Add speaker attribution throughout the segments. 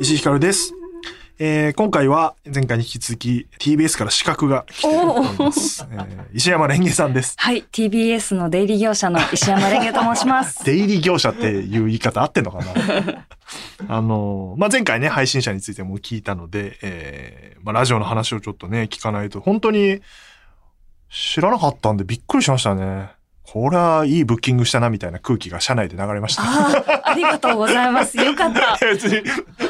Speaker 1: 石井ひかるです。えー今回は前回に引き続き TBS から資格が来ております。えー石山蓮華さんです。
Speaker 2: はい、TBS の出入り業者の石山レンゲと申します。
Speaker 1: 出入り業者っていう言い方合ってんのかなあの、まあ、前回ね、配信者についても聞いたので、えーまあ、ラジオの話をちょっとね、聞かないと、本当に知らなかったんでびっくりしましたね。これはいいブッキングしたなみたいな空気が社内で流れました。
Speaker 2: ああ、ありがとうございます。よかった。
Speaker 1: い や別に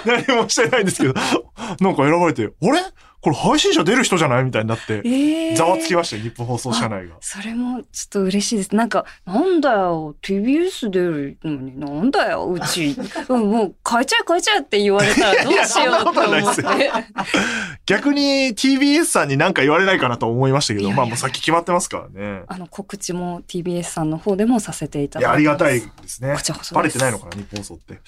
Speaker 1: 何もしてないんですけど、なんか選ばれて、あれこれ配信者出る人じゃないみたいになって、
Speaker 2: ええ
Speaker 1: ざわつきましたよ、日本放送社内が。
Speaker 2: それもちょっと嬉しいです。なんか、なんだよ、TBS 出るのに、なんだよ、う ち。うんもう変えちゃえ変えちゃえって言われたらどうしようと思
Speaker 1: いや
Speaker 2: っ
Speaker 1: そん
Speaker 2: て。
Speaker 1: なこと逆に TBS さんに何か言われないかなと思いましたけど、
Speaker 2: いやいや
Speaker 1: まあもう先決まってますからね。
Speaker 2: あの、告知も TBS さんの方でもさせていた
Speaker 1: い
Speaker 2: だい
Speaker 1: や、
Speaker 2: て。
Speaker 1: ありがたい。ですね
Speaker 2: こ。ちらこそ
Speaker 1: バレ
Speaker 2: で
Speaker 1: て
Speaker 2: す。
Speaker 1: ないのかな、日本放送って。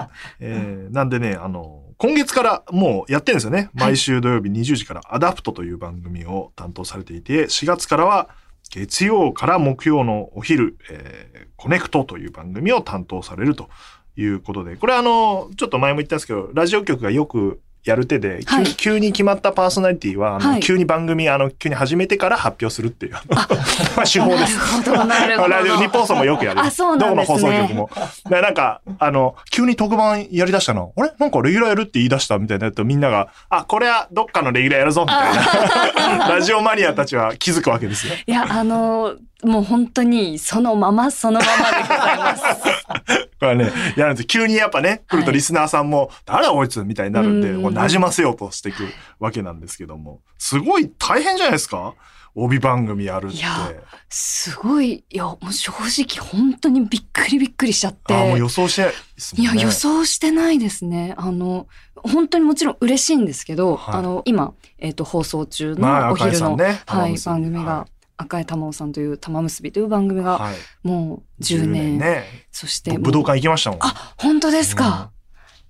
Speaker 1: えーなんでね、あの、今月からもうやってるんですよね。毎週土曜日20時からアダプトという番組を担当されていて、4月からは月曜から木曜のお昼、えーコネクトという番組を担当されるということで、これあの、ちょっと前も言ったんですけど、ラジオ局がよくやる手で、急
Speaker 2: はい
Speaker 1: 急に決まったパーソナリティは、あの
Speaker 2: はい
Speaker 1: 急に番組、あの、急に始めてから発表するっていう、 まあ手法です。
Speaker 2: なるほど、なるほど。
Speaker 1: ラジオ、日本放送もよくやる。
Speaker 2: あそうなんですね
Speaker 1: どこの放送局も。だからなんか、あの、急に特番やりだしたの、あれなんかレギュラーやるって言い出したみたいになると、みんなが、あ、これはどっかのレギュラーやるぞ、みたい な。ラジオマニアたちは気づくわけですよ。
Speaker 2: いや、あの、もう本当にそのままそのままでございます。
Speaker 1: これね、やるんです急にやっぱね、来るとリスナーさんも、誰だこいつみたいになるんで、
Speaker 2: うん
Speaker 1: こう馴染ませようとしていくわけなんですけども、すごい大変じゃないですか帯番組やるって
Speaker 2: い。やすごい、いや、もう正直本当にびっくりびっくりしちゃって。
Speaker 1: あ、もう予想してないですも
Speaker 2: い
Speaker 1: んね。
Speaker 2: や、予想してないですね。あの、本当にもちろん嬉しいんですけど、
Speaker 1: はい
Speaker 2: あの、今、えっ、と、放送中
Speaker 1: まあ、
Speaker 2: のお
Speaker 1: 赤井
Speaker 2: 昼
Speaker 1: さ
Speaker 2: の、
Speaker 1: んね。
Speaker 2: は
Speaker 1: 玉
Speaker 2: い、
Speaker 1: 結び
Speaker 2: 番組が、
Speaker 1: は
Speaker 2: 赤い玉緒さんという玉結びという番組
Speaker 1: い
Speaker 2: が、
Speaker 1: はい
Speaker 2: もう10年、
Speaker 1: ね。
Speaker 2: そしても
Speaker 1: ぶ
Speaker 2: う
Speaker 1: 武道館行きましたもん。
Speaker 2: あ、本当ですか。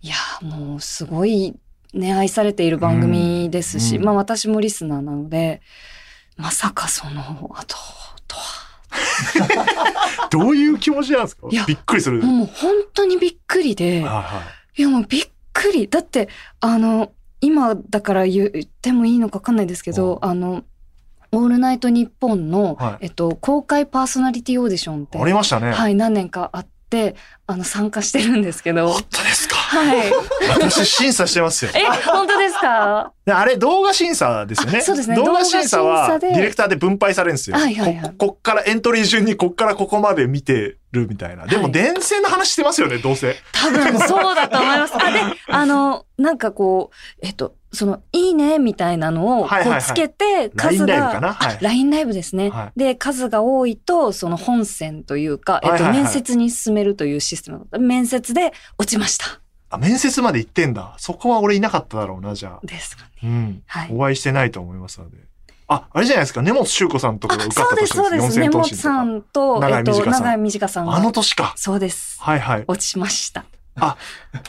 Speaker 2: いや、もうすごい、ね、愛されている番組ですし、
Speaker 1: うんうん
Speaker 2: まあ私もリスナーなので、まさかその後とは。
Speaker 1: どういう気持ちなんですか
Speaker 2: いや
Speaker 1: びっくりする。
Speaker 2: もう本当にびっくりで、
Speaker 1: はいはい
Speaker 2: やもうびっくり。だって、あの、今だから言ってもいいのかわかんないですけど、あの、オールナイトニッポンの、
Speaker 1: はい
Speaker 2: えっと、公開パーソナリティオーディションって、
Speaker 1: い。ありましたね。
Speaker 2: はい、何年かあって、あの、参加してるんですけど、
Speaker 1: 本当ですか
Speaker 2: はい。
Speaker 1: 私審査してますよ。
Speaker 2: え、本当ですか
Speaker 1: であれ動画審査ですよね。
Speaker 2: あそうですね
Speaker 1: 動画審査
Speaker 2: 動
Speaker 1: は
Speaker 2: 画審査
Speaker 1: デ
Speaker 2: で
Speaker 1: ィレクターで分配されるんですよ。
Speaker 2: はいはいはい
Speaker 1: こここっからエントリー順にこっからここまで見てるみたいな。でも
Speaker 2: はい
Speaker 1: 電線の話してますよね、どうせ。
Speaker 2: 多分そうだと思います。あ、で、あの、なんかこう、えっと、その、いいねみたいなのをこ
Speaker 1: はいはいはいう
Speaker 2: つけて、
Speaker 1: LINE
Speaker 2: 数
Speaker 1: ライブかな
Speaker 2: が、
Speaker 1: はい
Speaker 2: あ LINE ライブですね
Speaker 1: は。
Speaker 2: で、数が多いと、その本線というか、え
Speaker 1: は
Speaker 2: っ
Speaker 1: い
Speaker 2: と、
Speaker 1: はいはい
Speaker 2: 面接に進めるというシステムだった。面接で落ちました。
Speaker 1: あ、面接まで行ってんだ。そこは俺いなかっただろうな、じゃあ。
Speaker 2: です。
Speaker 1: うん。
Speaker 2: はい。
Speaker 1: お会いしてないと思いますので。あ、あれじゃないですか。根本修子さんとか
Speaker 2: あ
Speaker 1: が受、かった
Speaker 2: そうで
Speaker 1: 年
Speaker 2: す、そう
Speaker 1: で
Speaker 2: ですす。
Speaker 1: ね。4000
Speaker 2: 根
Speaker 1: 投
Speaker 2: 本
Speaker 1: 資とか
Speaker 2: さんと、
Speaker 1: 長
Speaker 2: え
Speaker 1: 井
Speaker 2: っと、
Speaker 1: 短さん
Speaker 2: 長井短さん
Speaker 1: あの
Speaker 2: が、
Speaker 1: 年か。
Speaker 2: そうです。
Speaker 1: はいはい。
Speaker 2: 落ちました。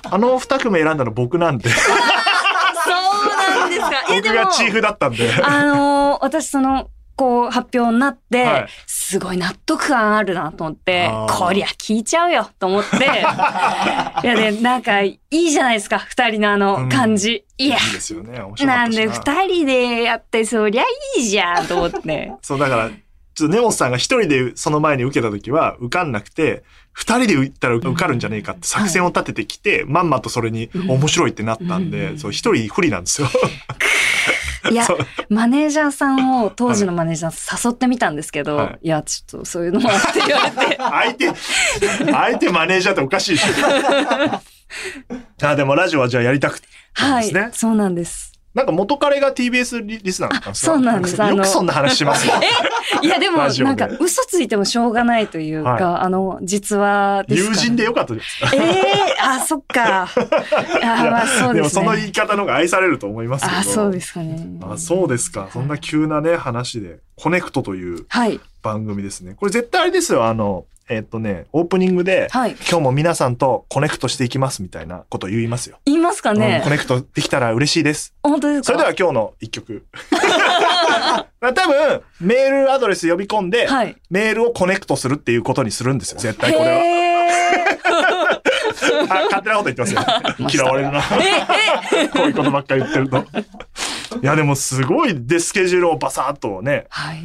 Speaker 1: あの二組選んだの僕なんで。
Speaker 2: そうなんですか。え、
Speaker 1: 僕
Speaker 2: でも
Speaker 1: が、チーフだったんで。
Speaker 2: あのー私その、こう発表になって、
Speaker 1: はい
Speaker 2: すごい納得感あるなと思って
Speaker 1: あ、ー
Speaker 2: こりゃ聞いちゃうよと思 って、いやで、なんかいいじゃないですか、二人のあ
Speaker 1: うん
Speaker 2: の感じ。いや、
Speaker 1: いですよね。面白か
Speaker 2: な
Speaker 1: った
Speaker 2: ん
Speaker 1: し
Speaker 2: で二人でやってそりゃいいじゃんと 思って。
Speaker 1: そう、だから、ちょっと根本さんが一人でその前に受けた時は受かんなくて、二人で受ったら受かるんじゃねえかって作戦を立ててきて、まんまとそれに
Speaker 2: うん
Speaker 1: 面白いってなったんで、
Speaker 2: うん
Speaker 1: そう、一人不利なんです よ。
Speaker 2: いや
Speaker 1: そう、
Speaker 2: マネージャーさんを、当時のマネージャーさん誘ってみたんですけど、
Speaker 1: はい
Speaker 2: い、や、ちょっとそういうのもあって言われ て。
Speaker 1: 相手、相手マネージャーっておかしいでしょ。あ、でもラジオはじゃあやりたくて。
Speaker 2: は
Speaker 1: そうですね
Speaker 2: い、そうな んです。
Speaker 1: なんか元彼が TBS リリスナーだったんですよ。
Speaker 2: あそうなんですあ
Speaker 1: よ
Speaker 2: の
Speaker 1: くそんな話しますよ。
Speaker 2: いやでも
Speaker 1: ラジオで
Speaker 2: なんか嘘ついてもしょうがないというか、
Speaker 1: はい
Speaker 2: あの実はですか
Speaker 1: 友
Speaker 2: ら
Speaker 1: 人でよかったです。
Speaker 2: ええあそっ かあまあそう
Speaker 1: で
Speaker 2: で
Speaker 1: も
Speaker 2: す
Speaker 1: その言
Speaker 2: ね
Speaker 1: い方の方が愛されると思いますけど。
Speaker 2: あそうですかね
Speaker 1: あそうですか。そんな急なね、話で。コネクトという
Speaker 2: はい
Speaker 1: 番組ですね。これ絶対あれですよ。あの、えっとね、オープニングで、
Speaker 2: はい。
Speaker 1: 今日も皆さんとコネクトしていきますみたいなこと言いますよ。
Speaker 2: 言いますか
Speaker 1: うん
Speaker 2: ね
Speaker 1: コ。ネクトできたら嬉しいです。
Speaker 2: 本当ですか
Speaker 1: それでは今日の一 曲。多分、メールアドレス呼び込んで、
Speaker 2: はい。
Speaker 1: メールをコネクトするっていうことにするんですよ、絶対これは。
Speaker 2: へ ー
Speaker 1: あ、勝手なこと言って ますよ。嫌われるな。 こういうことばっかり言ってると。いや、でもすごいで、スケジュールをバサッとね。
Speaker 2: はい。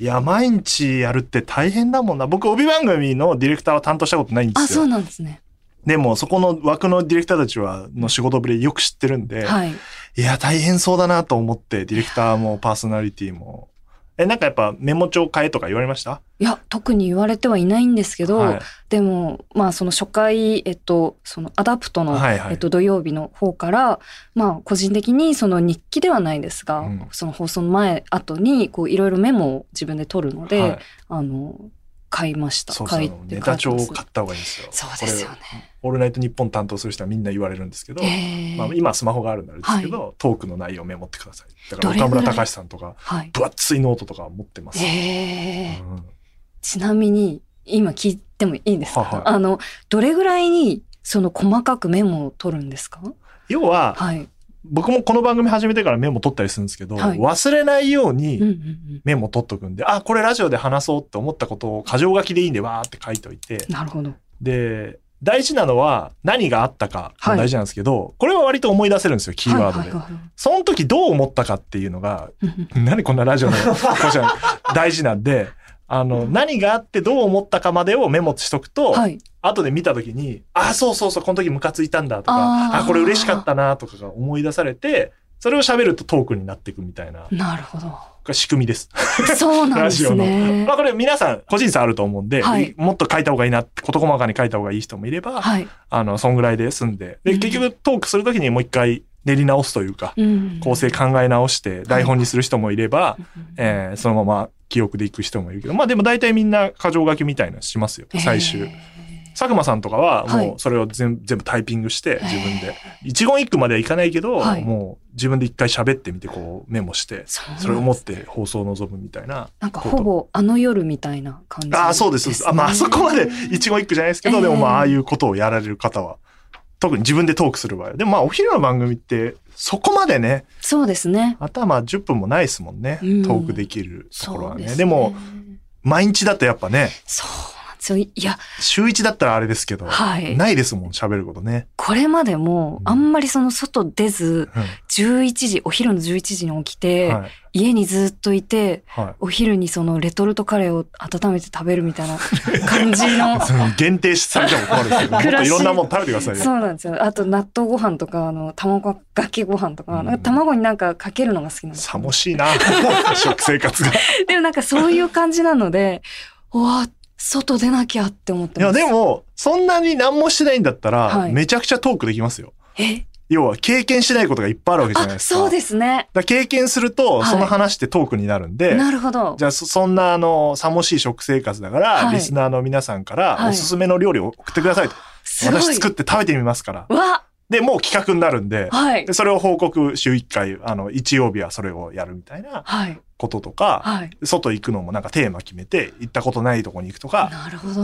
Speaker 1: いや、毎日やるって大変だもんな。僕、帯番組のディレクターは担当したことないんで
Speaker 2: あ、
Speaker 1: す
Speaker 2: そ
Speaker 1: よ
Speaker 2: う。なんですね。
Speaker 1: でも、そこの枠のディレクターたちは、の仕事ぶりよく知ってるんで、
Speaker 2: はい。
Speaker 1: いや、大変そうだなと思って、ディレクターもパーソナリティも。え、なんかやっぱメモ帳変えとか言われました
Speaker 2: いや、特に言われてはいないんですけど、
Speaker 1: はい
Speaker 2: でも、まあ、その初回、えっと、そのアダプトの、
Speaker 1: はいはい
Speaker 2: えっと、土曜日の方から、まあ、個人的にその日記ではないですが、
Speaker 1: うん
Speaker 2: その放送の前、後に、こう、いろいろメモを自分で取るので、
Speaker 1: はい、
Speaker 2: あの、買いました。
Speaker 1: そうそう
Speaker 2: 買い
Speaker 1: ネタ帳を
Speaker 2: 買
Speaker 1: 買
Speaker 2: い
Speaker 1: った方がいいんですよ。
Speaker 2: ますそうですよね。
Speaker 1: これオールナイトニッポン担当する人はみんな言われるんですけど、
Speaker 2: ええ
Speaker 1: まあ、今スマホがあるんであれですけど、トークの内容をメモってください。だから
Speaker 2: どれぐ
Speaker 1: 岡
Speaker 2: らい
Speaker 1: 村隆史さんとか、
Speaker 2: はい。
Speaker 1: 分厚いノートとか持ってます。
Speaker 2: ええ
Speaker 1: うん
Speaker 2: ちなみに、今聞いてもいいですか、
Speaker 1: はいはい
Speaker 2: あの、どれぐらいに、その細かくメモを取るんですか
Speaker 1: 要は、
Speaker 2: はい。
Speaker 1: 僕もこの番組始めてからメモ取ったりするんですけど、
Speaker 2: はい
Speaker 1: 忘れないよう
Speaker 2: うんうん
Speaker 1: に
Speaker 2: うん。
Speaker 1: メモ取っとくんで、あ、これラジオで話そうって思ったことを箇条書きでいいんでわーって書いておいて、
Speaker 2: なるほど。
Speaker 1: で、大事なのは何があったかが大事なんですけど、これは割と思い出せるんですよ、キーワードで。
Speaker 2: はいはいはいはい
Speaker 1: その時どう思ったかっていうのが、
Speaker 2: うんうん
Speaker 1: 何こんなラジ オの講師なの大事なんで、あの、何があってどう思ったかまでをメモしとくと、
Speaker 2: はい。
Speaker 1: 後で見た時に、あ、そうそうそう、この時ムカついたんだとか、
Speaker 2: あ
Speaker 1: あ
Speaker 2: ー
Speaker 1: これ嬉しかったなとかが思い出されて、それを喋るとトークになっていくみたいな
Speaker 2: なるほど。
Speaker 1: 仕組みです。
Speaker 2: そうなんですね
Speaker 1: まあ。これ皆さん個人差あると思うんで、
Speaker 2: はい
Speaker 1: もっと書いた方がいいなって、事細かに書いた方がいい人もいれば、
Speaker 2: はい。
Speaker 1: あの、そんぐらいで済んで、
Speaker 2: う
Speaker 1: で、
Speaker 2: ん
Speaker 1: 結局トークする時にもう一回練り直すというか、
Speaker 2: うん
Speaker 1: 構成考え直して台本にする人もいれば、えーそのまま記憶でいく人もいるけど、まあでも大体みんな過剰書きみたいなのしますよ、最終。
Speaker 2: え
Speaker 1: 佐久間さんとかは
Speaker 2: はい
Speaker 1: もうそれを全,、全部タイピングして
Speaker 2: ー
Speaker 1: 自分で。一言一句まではいかないけど、
Speaker 2: はい
Speaker 1: もう自分で一回喋ってみてこうメモして、
Speaker 2: そう
Speaker 1: それを持って放送を臨むみたいな。
Speaker 2: なんかほぼあの夜みたいな感じ、
Speaker 1: ああ、そうです。そうですあまああそこまで一言一句じゃないですけど、
Speaker 2: えー
Speaker 1: でもまあああいうことをやられる方は、特に自分でトークする場合。でもまあお昼の番組ってそこまでね、
Speaker 2: そうですね。
Speaker 1: 頭10分もないですもんね。ト
Speaker 2: うん
Speaker 1: ークできるところ
Speaker 2: そ
Speaker 1: は
Speaker 2: う
Speaker 1: ね。
Speaker 2: で
Speaker 1: です
Speaker 2: ね。
Speaker 1: も、毎日だとやっぱね、
Speaker 2: そうなんですよ。いや、
Speaker 1: 週1だったらあれですけど、
Speaker 2: はい。
Speaker 1: ないですもん、喋ることね。
Speaker 2: これまでも
Speaker 1: う、ん
Speaker 2: あんまりその外出ず、
Speaker 1: うん
Speaker 2: 11時、お昼の11時に起きて、
Speaker 1: はい。
Speaker 2: 家にずっといて、
Speaker 1: はい。
Speaker 2: お昼にそのレトルトカレーを温めて食べる
Speaker 1: 。
Speaker 2: みたいな感じの
Speaker 1: その限定されても困るんですけど、もっ
Speaker 2: 暮
Speaker 1: と
Speaker 2: ら
Speaker 1: い
Speaker 2: し
Speaker 1: ろんなもん食べてくださいよ。
Speaker 2: そうなんですよ。あと納豆ご飯とか、あの、卵かけご飯とか、
Speaker 1: うん
Speaker 2: なんか卵になんかかけるのが好きなんです
Speaker 1: さもしいな、 食生活が。い
Speaker 2: でもなんかそういう感じなので、うわ、外出なきゃって思ってま
Speaker 1: や、
Speaker 2: す。
Speaker 1: でも、そんなに何もしてないんだったら、
Speaker 2: はい
Speaker 1: めちゃくちゃトークできますよ。
Speaker 2: え
Speaker 1: 要は、経験してないことがいっぱいあるわけじゃない
Speaker 2: あ、
Speaker 1: ですか。
Speaker 2: そうですね。
Speaker 1: だから経験すると、
Speaker 2: はい
Speaker 1: その話ってトークになるんで、
Speaker 2: なるほど。
Speaker 1: じゃあそ、そんな、あの、さもしい食生活だから、
Speaker 2: はい
Speaker 1: リスナーの皆さんから、
Speaker 2: はい
Speaker 1: おすすめの料理を送ってくださいと。
Speaker 2: すごい。
Speaker 1: 私作って食べてみますから。
Speaker 2: わ、
Speaker 1: で、もう企画になるんで、
Speaker 2: はい
Speaker 1: で。それを報告週1回、あの、日曜日はそれをやるみたいな
Speaker 2: はい。
Speaker 1: こととか、
Speaker 2: はい。
Speaker 1: 外行くのもなんかテーマ決めて、行ったことないとこに行くとか、
Speaker 2: なるほど。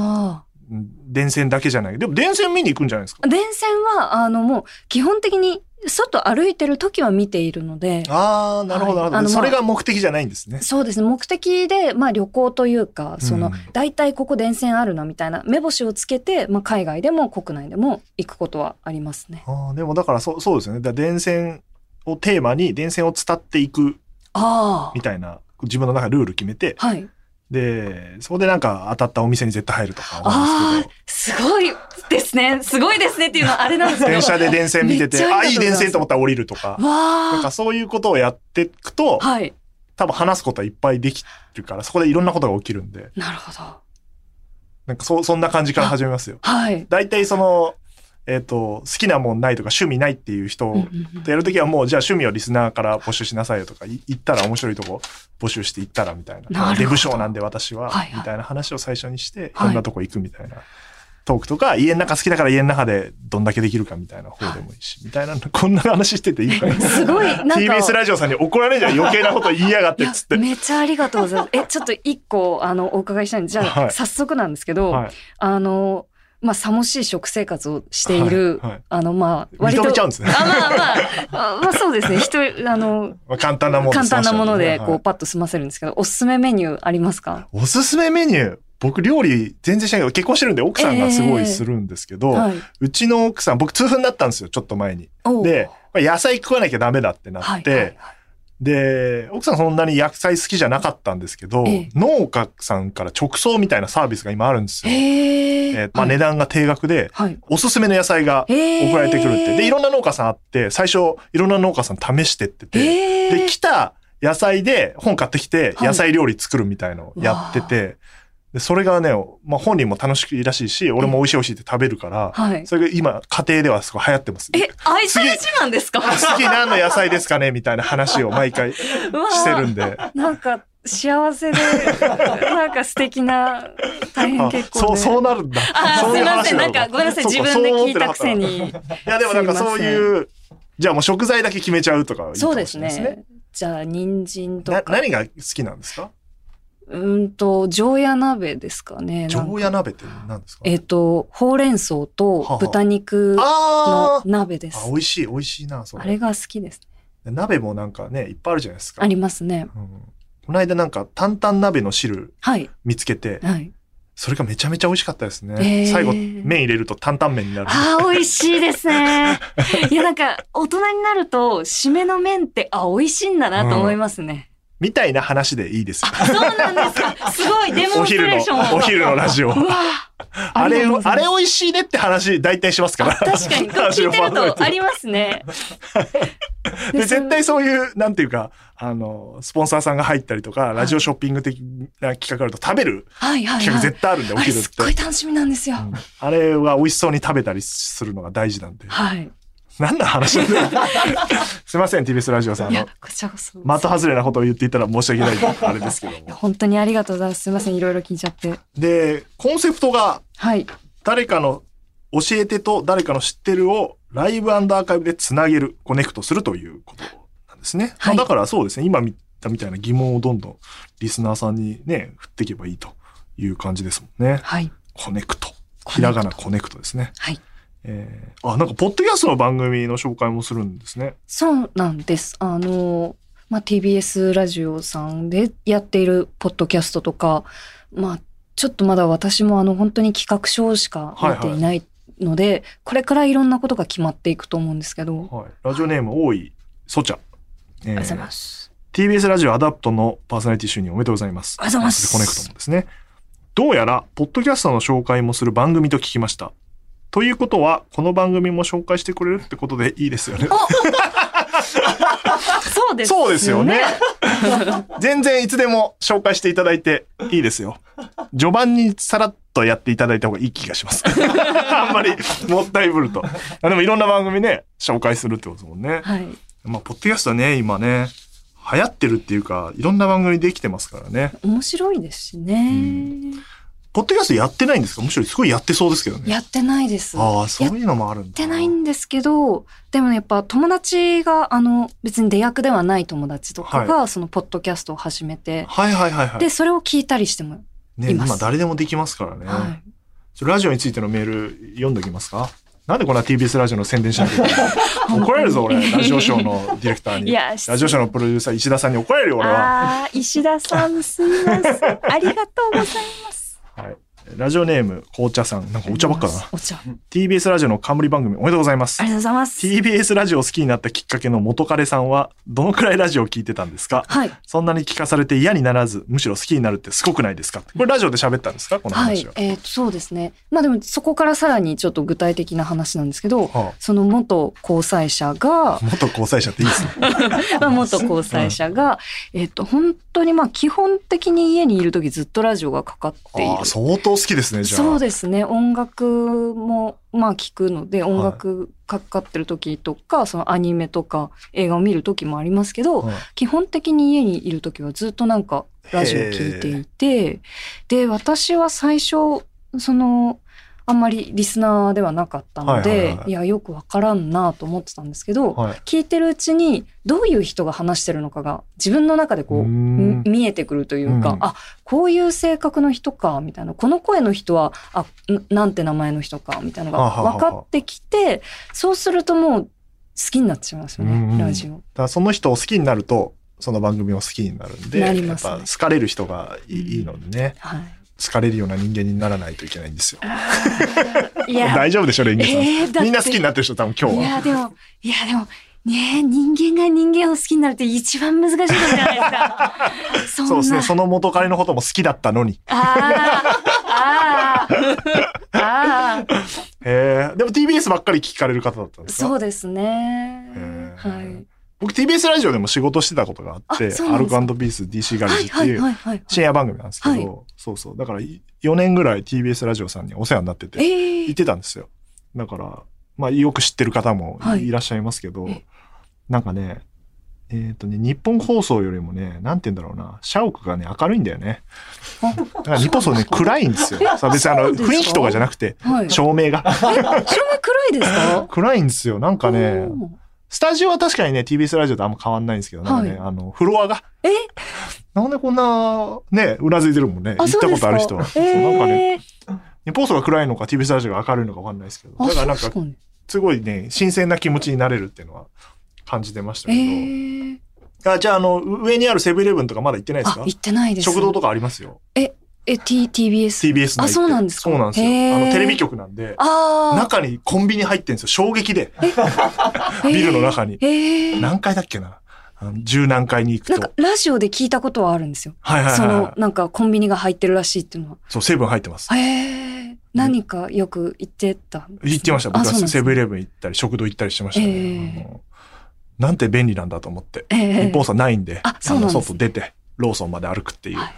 Speaker 1: うん電線だけじゃない。でも電線見に行くんじゃないですか。
Speaker 2: 電線は、あの、もう、基本的に、外歩いてる時は見ているので、
Speaker 1: ああ、なるほど、な
Speaker 2: は
Speaker 1: るほ
Speaker 2: い
Speaker 1: ど、
Speaker 2: あの
Speaker 1: それが目的じゃないんですね。
Speaker 2: そうですね。目的で、まあ旅行というか、その、
Speaker 1: うん
Speaker 2: 大体ここ電線あるなみたいな、目星をつけて、まあ海外でも国内でも行くことはありますね。
Speaker 1: ああ、でもだからそう、そうですよね。だから電線をテーマに、電線を伝っていく
Speaker 2: あ
Speaker 1: みたいな、自分の中でルール決めて、
Speaker 2: あ。はい。
Speaker 1: で、そこでなんか当たったお店に絶対入るとか思うん
Speaker 2: あ
Speaker 1: です
Speaker 2: あ、すごいですね。すごいですねっていうのはあれなんです
Speaker 1: け
Speaker 2: け
Speaker 1: ど、
Speaker 2: ど。
Speaker 1: 電車で電線見て
Speaker 2: め
Speaker 1: て、
Speaker 2: っちゃ
Speaker 1: あ、い
Speaker 2: いい
Speaker 1: い
Speaker 2: こと
Speaker 1: 電線と思ったら降りるとか、なん
Speaker 2: わ
Speaker 1: かそういうことをやっていくと
Speaker 2: あ。、はい。
Speaker 1: 多分話すことはいっぱいできるから、そこでいろんなことが起きるんで、
Speaker 2: なるほど。
Speaker 1: なんかそそんな感じから始めますよ。
Speaker 2: はい。
Speaker 1: 大体その、えっ、と、好きなもんないとか趣味ないっていう人
Speaker 2: うんうん
Speaker 1: とやるときはもう、じゃあ趣味をリスナーから募集しなさいよとか、い行ったら面白いとこ募集して行ったらみたいな。
Speaker 2: なるほど
Speaker 1: デブ賞なんで私は、
Speaker 2: はいはい
Speaker 1: みたいな話を最初にして、
Speaker 2: はい
Speaker 1: こんなとこ行くみたいな。トークとか、家の中好きだから家の中でどんだけできるかみたいな方でもいいし、みたいな、こんな話してていいかな。
Speaker 2: すごい、なんか。
Speaker 1: TBS ラジオさんに怒られるじゃん余計なこと言いやがってっつって。
Speaker 2: いやめっちゃありがとうございます。え、ちょっと一個、あの、お伺いしたいんで、じゃあ、
Speaker 1: はい
Speaker 2: 早速なんですけど、
Speaker 1: はい
Speaker 2: あの、まあ、さもしい食生活をしている、
Speaker 1: はいはい
Speaker 2: あの、まあ、
Speaker 1: 認めちゃうんです ね。
Speaker 2: あまあまあ、あまあそうですね。一人、あの、
Speaker 1: まあ簡単なもの
Speaker 2: 簡単なもので、こ
Speaker 1: は
Speaker 2: う、
Speaker 1: い
Speaker 2: パッと済ませるんですけど、おすすめメニューありますか
Speaker 1: おすすめメニュー。僕料理全然しないけど、結婚してるんで奥さんがすごいするんですけど、
Speaker 2: はい。
Speaker 1: うちの奥さん、僕痛風になったんですよ、ちょっと前に。
Speaker 2: おう
Speaker 1: で、まあ野菜食わなきゃダメだってな
Speaker 2: は
Speaker 1: っ
Speaker 2: い
Speaker 1: て、
Speaker 2: はいはい
Speaker 1: で、奥さんそんなに野菜好きじゃなかったんですけど、
Speaker 2: ええ
Speaker 1: 農家さんから直送みたいなサービスが今あるんですよ。
Speaker 2: へ
Speaker 1: え
Speaker 2: え
Speaker 1: ーまあ値段が定額で、
Speaker 2: はい。
Speaker 1: おすすめの野菜が
Speaker 2: 送
Speaker 1: 送られてくるって。で、いろんな農家さんあって、最初いろんな農家さん試してってて、
Speaker 2: へー
Speaker 1: で、来た野菜で本買ってきて、
Speaker 2: はい
Speaker 1: 野菜料理作るみたいのをやってて、でそれがね、まあ本人も楽しいらしいし、俺も美味しい美味しいって食べるから、
Speaker 2: はい。
Speaker 1: それが今家庭ではすごい流行ってます。
Speaker 2: え、愛され自慢で すか
Speaker 1: 次何の野菜ですかねみたいな話を毎 回し
Speaker 2: うわー
Speaker 1: てるんで。
Speaker 2: なんか、幸 せで、なんか素敵な、大変
Speaker 1: あ
Speaker 2: 結構で。
Speaker 1: そう、そうなるん だ。
Speaker 2: あー、
Speaker 1: そう
Speaker 2: す
Speaker 1: い
Speaker 2: いうま
Speaker 1: 話
Speaker 2: せん。な
Speaker 1: の
Speaker 2: んか、ごめんなさい。
Speaker 1: そう
Speaker 2: 自
Speaker 1: か
Speaker 2: 分で
Speaker 1: そう
Speaker 2: 聞いたくせ
Speaker 1: 思ってなかっ
Speaker 2: に。
Speaker 1: た。いや、でもなんか
Speaker 2: すいま
Speaker 1: そう
Speaker 2: せん
Speaker 1: いう、じゃあもう食材だけ決めちゃうとかいいかもしれ
Speaker 2: そう
Speaker 1: な
Speaker 2: で
Speaker 1: い
Speaker 2: す。ね。じゃあ、人参と
Speaker 1: な
Speaker 2: か。
Speaker 1: 何が好きなんですか
Speaker 2: うーんと、常夜鍋ですかね。なん
Speaker 1: 常夜鍋って何ですか
Speaker 2: えっと、ほうれん草
Speaker 1: はあは
Speaker 2: と
Speaker 1: あ
Speaker 2: 豚肉の
Speaker 1: あー
Speaker 2: 鍋です
Speaker 1: あ、。美味しい、美味しいな、そ
Speaker 2: あ
Speaker 1: れ。
Speaker 2: れが好きです。
Speaker 1: 鍋もなんかね、いっぱいあるじゃないですか。
Speaker 2: ありますね。
Speaker 1: うんこの間なんか、担々鍋の汁
Speaker 2: はい。
Speaker 1: 見つけて、
Speaker 2: はい。
Speaker 1: それがめちゃめちゃ美味しかったです
Speaker 2: へ
Speaker 1: ね。
Speaker 2: ー
Speaker 1: 最後、麺入れると担々麺になる。
Speaker 2: ああ、美味しいですね。いや、なんか、大人になると、締めの麺って、あ、美味しいんだなと思いますね。
Speaker 1: みたいな話でいいですよ。
Speaker 2: そうなんですか。すごい、
Speaker 1: お
Speaker 2: デモンスト
Speaker 1: 昼
Speaker 2: レ
Speaker 1: の
Speaker 2: ーションを。、
Speaker 1: お昼のラジオ。
Speaker 2: うわ
Speaker 1: あれ、あれ
Speaker 2: を
Speaker 1: 美味しいねって話、大体しますから。
Speaker 2: 確 かに、こう聞いてるとありますね。
Speaker 1: で、絶対
Speaker 2: そ
Speaker 1: そういう、なんていうか、あの、スポンサーさんが入ったりとか、ラジオショッピング的な企画あると食べる
Speaker 2: う。はいはい
Speaker 1: 企画
Speaker 2: はい。
Speaker 1: 絶対あるんで、お
Speaker 2: あれ
Speaker 1: 昼
Speaker 2: すっご
Speaker 1: っ
Speaker 2: い
Speaker 1: て。
Speaker 2: 楽しみなんですよ。
Speaker 1: うんあれは美味しそうに食べたりするのが大事なんで。
Speaker 2: はい。
Speaker 1: 何の話なんだよ すいません、TBS ラジオさん。あ
Speaker 2: いや
Speaker 1: の、、
Speaker 2: こちらこそ。
Speaker 1: 的外れなことを言っていたら申し訳ないんで、あれですけども。
Speaker 2: 本当にありがとうございます。すみません、いろいろ聞いちゃって。
Speaker 1: で、コンセプトが、
Speaker 2: はい。
Speaker 1: 誰かの教えてと誰かの知ってるをライブアーカイブでつなげる、コネクトするということなんですね。
Speaker 2: はい
Speaker 1: まあだからそうですね、今見たみたいな疑問をどんどんリスナーさんにね、振っていけばいいという感じですもんね。
Speaker 2: はい。
Speaker 1: コネクト。ひらがなコネクトですね。
Speaker 2: はい。
Speaker 1: えー、あ、なんか、ポッドキャストの番組の紹介もするんですね。
Speaker 2: そうなんです。あの、まあ、TBS ラジオさんでやっているポッドキャストとか、まあ、ちょっとまだ私もあの、本当に企画書しか
Speaker 1: はいは
Speaker 2: 見
Speaker 1: い
Speaker 2: ていないので、これからいろんなことが決まっていくと思うんですけど。
Speaker 1: はい。ラジオネーム、大井ソチャ。え
Speaker 2: ありがとうござい
Speaker 1: ー、
Speaker 2: ます。
Speaker 1: TBS ラジオアダプトのパーソナリティ就任おめでとうございます。
Speaker 2: ありがとうございます
Speaker 1: コネクトもですね。どうやら、ポッドキャストの紹介もする番組と聞きました。ということは、この番組も紹介してくれるってことでいいですよね。
Speaker 2: そうです、
Speaker 1: そうですよね。。全然いつでも紹介していただいていいですよ。序盤にさらっとやっていただいた方がいい気がします。あんまりもったいぶると。あでもいろんな番組ね、紹介するってことですもんね。
Speaker 2: はい。
Speaker 1: まあ、ポッドキャストはね、今ね、流行ってるっていうか、いろんな番組できてますからね。
Speaker 2: 面白いですしね。
Speaker 1: うんポッドキャストやってないんですかむしろすごいやってそうですけどね。
Speaker 2: やってないです。
Speaker 1: ああ、そういうのもあるんだ。
Speaker 2: やってないんですけど、でもねやっぱ友達が、あの、別に出役ではない友達とかが、そのポッドキャストを始めて、
Speaker 1: はいはいはいはい。
Speaker 2: で、それを聞いたりしても、
Speaker 1: ね、
Speaker 2: います
Speaker 1: 今誰でもできますからね。
Speaker 2: は
Speaker 1: ちょラジオについてのメール読んでおきますかなんでこんな TBS ラジオの宣伝しなきゃいけ ないの怒られるぞ、俺。ラジオショーのディレクター
Speaker 2: い。
Speaker 1: に。
Speaker 2: や、
Speaker 1: ラジオショーのプロデューサー、石田さんに怒られるよ、俺は。
Speaker 2: あー石田さんすみません。 ありがとうございます。
Speaker 1: はい。ラジオネーム、紅茶さん。なんかお茶ばっかだな。
Speaker 2: お茶。あり
Speaker 1: TBS ラジオの冠番組おめでとうございます
Speaker 2: が。とうございます。
Speaker 1: TBS ラジオを好きになったきっかけの元彼さんは、どのくらいラジオを聞いてたんですか
Speaker 2: はい。
Speaker 1: そんなに聞かされて嫌にならず、むしろ好きになるってすごくないですかこれラジオで喋ったんですかこの
Speaker 2: は
Speaker 1: 話
Speaker 2: い
Speaker 1: は。。
Speaker 2: えーそうですね。まあでも、そこからさらにちょっと具体的な話なんですけど、
Speaker 1: は
Speaker 2: その元交際者が
Speaker 1: あ、元交際者っていいですね。
Speaker 2: まあ、元交際者が、えっと、本当にまあ基本的に家にいる時ずっとラジオがかかってい
Speaker 1: ああ、
Speaker 2: る。
Speaker 1: 相当好きですね、じゃあ。
Speaker 2: そうですね音楽もまあ聞くので音楽かかってる時とか、そのアニメとか映画を見る時もありますけど、
Speaker 1: はい
Speaker 2: 基本的に家にいる時はずっとなんかラジオ聞いていてで私は最初そのあんまりリスナーではなかったので、
Speaker 1: はい
Speaker 2: い
Speaker 1: はいはい
Speaker 2: やよくわからんなと思ってたんですけど、
Speaker 1: はい。
Speaker 2: 聞いてるうちにどういう人が話してるのかが自分の中でこう
Speaker 1: うーん
Speaker 2: み見えてくるというか、
Speaker 1: うん
Speaker 2: あこういう性格の人かみたいなこの声の人はあんなんて名前の人かみたいなの
Speaker 1: あ
Speaker 2: が
Speaker 1: ははは
Speaker 2: 分かってきてそうするともう好きになってしまいますよね、
Speaker 1: うんうん
Speaker 2: ラジオ。
Speaker 1: だからその人を好きになると、その番組を好きになるんで、
Speaker 2: なりますね
Speaker 1: やっぱ好かれる人がいい,、
Speaker 2: うん
Speaker 1: のでね、
Speaker 2: は
Speaker 1: 好かれるような人間にならないといけないんですよ。
Speaker 2: い、い
Speaker 1: 大丈夫でしょ、レンゲさん。
Speaker 2: えーだって
Speaker 1: みんな好きになってる人多分今日
Speaker 2: い
Speaker 1: は。
Speaker 2: やでもいやでもねえ人間が人間を好きになるって一番難しいことじゃないですか。
Speaker 1: そうです
Speaker 2: ん
Speaker 1: ね。
Speaker 2: な
Speaker 1: その元彼のことも好きだったのに。
Speaker 2: あーあーあー
Speaker 1: へえ。でも TBS ばっかり聞かれる方だったんですか
Speaker 2: そうですね
Speaker 1: へ。え
Speaker 2: はい。
Speaker 1: 僕 TBS ラジオでも仕事してたことがあって、
Speaker 2: あそう
Speaker 1: ア
Speaker 2: なん
Speaker 1: ル
Speaker 2: ですか
Speaker 1: コピース DC ガレー
Speaker 2: は
Speaker 1: ジ
Speaker 2: い
Speaker 1: って
Speaker 2: はい
Speaker 1: いう
Speaker 2: はいはい。
Speaker 1: 深夜番組なんですけど、
Speaker 2: はい
Speaker 1: そうそう。だからい4年ぐらい TBS ラジオさんにお世話になってて、
Speaker 2: え
Speaker 1: 行っ
Speaker 2: え
Speaker 1: てたんですよ。だから、まあよく知ってる方も
Speaker 2: はい
Speaker 1: いらっしゃいますけど、
Speaker 2: え
Speaker 1: なんかね、えっ、とね、日本放送よりもね、なんて言うんだろうな、社屋がね、明るいんだよ ね。だから日本放送ね、暗いんですよ。さあ別にあ
Speaker 2: そ
Speaker 1: の、
Speaker 2: うですか
Speaker 1: 雰囲気とかじゃなくて、
Speaker 2: はい。照
Speaker 1: 照明が。
Speaker 2: 明暗い ですか？
Speaker 1: 暗いんですよ。なんかね
Speaker 2: お、ー
Speaker 1: スタジオは確かにね、TBS ラジオとあんま変わんないんですけど、なんかね、
Speaker 2: はい
Speaker 1: あの、フロアが。
Speaker 2: え
Speaker 1: なんでこんな、ね、うなずいてるもんね。行
Speaker 2: あ
Speaker 1: っ
Speaker 2: そう
Speaker 1: た
Speaker 2: で
Speaker 1: こ
Speaker 2: すか
Speaker 1: とある人は。そうなんかね、
Speaker 2: ええ。
Speaker 1: 日本放送が暗いのか TBS ラジオが明るいのかわかんないですけど、だ
Speaker 2: あ
Speaker 1: から
Speaker 2: そう
Speaker 1: な
Speaker 2: で
Speaker 1: んか
Speaker 2: す、かね。
Speaker 1: すごいね、新鮮な気持ちになれるっていうのは感じてましたけど。
Speaker 2: ええ。
Speaker 1: あじゃあ、あの、上にあるセブンイレブンとかまだ行ってないです
Speaker 2: あ
Speaker 1: か
Speaker 2: 行ってないです。
Speaker 1: 食堂とかありますよ。
Speaker 2: え T TBS。
Speaker 1: TBS の
Speaker 2: あそうなんですか
Speaker 1: そうなんですよ。
Speaker 2: へー
Speaker 1: あの、テレビ局なんで、
Speaker 2: あ
Speaker 1: 中にコンビニ入ってんですよ。衝撃で。
Speaker 2: あ。
Speaker 1: ビルの中に。
Speaker 2: ええ。
Speaker 1: 何階だっけなあの十何階に行く
Speaker 2: なん
Speaker 1: と
Speaker 2: か。ラジオで聞いたことはあるんですよ。
Speaker 1: はいはい
Speaker 2: そ
Speaker 1: はいは
Speaker 2: の
Speaker 1: い。
Speaker 2: なんかコンビニが入ってるらしいっていうのは。
Speaker 1: そう、セブン入ってます。
Speaker 2: へえ。何かよく行ってたんですね。
Speaker 1: 行ってました。僕
Speaker 2: あ
Speaker 1: は
Speaker 2: そうなんです
Speaker 1: セ
Speaker 2: ね
Speaker 1: ブンイレブン行ったり、食堂行ったりしてましたね。
Speaker 2: ええ
Speaker 1: あのなんて便利なんだと思って。
Speaker 2: ええ
Speaker 1: 日本さんないんで、
Speaker 2: あそうなんです
Speaker 1: の外出て、ローソンまで歩くっていう、
Speaker 2: はい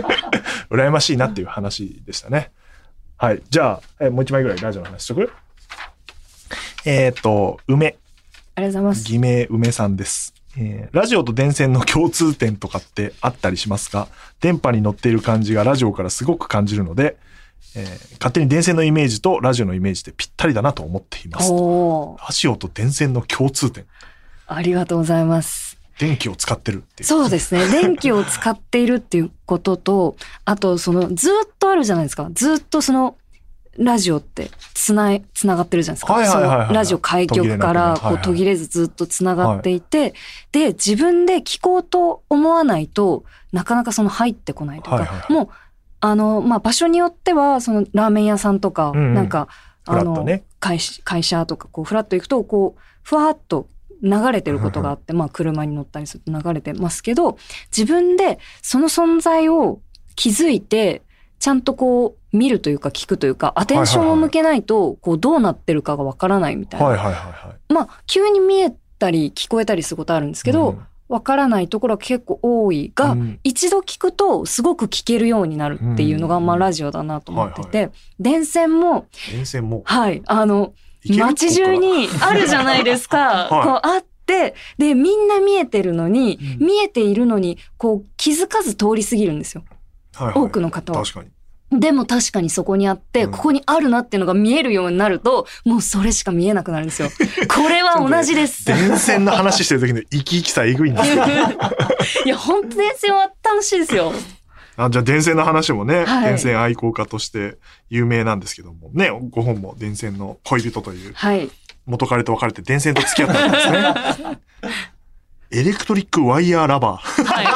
Speaker 1: 羨ましいなっていう話でしたね。はい。じゃあ、えもう一枚ぐらいラジオの話しとくえっ、と、梅。
Speaker 2: ありがとうございます。
Speaker 1: 偽名梅さんです。えーラジオと電線の共通点とかってあったりしますか電波に乗っている感じがラジオからすごく感じるので、えー勝手に電線のイメージとラジオのイメージでぴったりだなと思っています。ラ
Speaker 2: おー
Speaker 1: ジオと電線の共通点。
Speaker 2: ありがとうございます。
Speaker 1: 電気を使ってるっていう。
Speaker 2: そうです ね。電気を使っているっていうことと、あとそのずっとあるじゃないですか。ずっとそのラジオってつない、つながってるじゃないです
Speaker 1: はい
Speaker 2: か。
Speaker 1: は
Speaker 2: そ
Speaker 1: いはいはい
Speaker 2: のラジオ開局からこう
Speaker 1: 途
Speaker 2: 途
Speaker 1: 切
Speaker 2: 切れずずっとつながっていて、で、自分で聞こうと思わないとなかなかその入ってこないとか、
Speaker 1: はいはいはい
Speaker 2: もう、あの、まあ、場所によっては、そのラーメン屋さんとか、
Speaker 1: うんうん
Speaker 2: なんか、
Speaker 1: フ
Speaker 2: あ
Speaker 1: ラッ
Speaker 2: の、
Speaker 1: トね。
Speaker 2: 会社会社とかこうフラッと行くとこうふわっと流れてることがあって、まあ車に乗ったりすると流れてますけど自分でその存在を気づいてちゃんとこう見るというか聞くというかアテンションを向けないとこうどうなってるかがわからないみたいな、
Speaker 1: はいはいはいはい。
Speaker 2: まあ急に見えたり聞こえたりすることあるんですけ
Speaker 1: う
Speaker 2: ど
Speaker 1: ん
Speaker 2: わ、からないところが結構多いが、
Speaker 1: うん
Speaker 2: 一度聞くとすごく聞けるようになるっていうのが、
Speaker 1: うん
Speaker 2: まあラジオだなと思ってて、
Speaker 1: はい
Speaker 2: 電線も
Speaker 1: 電線も
Speaker 2: はいあの
Speaker 1: いける
Speaker 2: 街中。
Speaker 1: こ
Speaker 2: にあるじゃないですか。
Speaker 1: はい
Speaker 2: こうあって、で、みんな見えてるのに、
Speaker 1: うん
Speaker 2: 見えているのに、こう気づかず通り過ぎるんですよ。
Speaker 1: こからはいはい
Speaker 2: 多くの方は。
Speaker 1: 確かに。
Speaker 2: でも確かにそこにあって、
Speaker 1: うん
Speaker 2: ここにあるなっていうのが見えるようになると、もうそれしか見えなくなるんです よ。これは同じです。
Speaker 1: 電線の話してる時の生き生きさえぐいんですよ。
Speaker 2: いや、本当ですよ。楽しいですよ。
Speaker 1: あじゃあ電線の話もね、
Speaker 2: はい
Speaker 1: 電線愛好家として有名なんですけどもねご本も電線の恋人という
Speaker 2: はい。
Speaker 1: 元彼と別れて電線と付き合ったんです ねエレクトリック・ワイヤー・ラバー
Speaker 2: はい。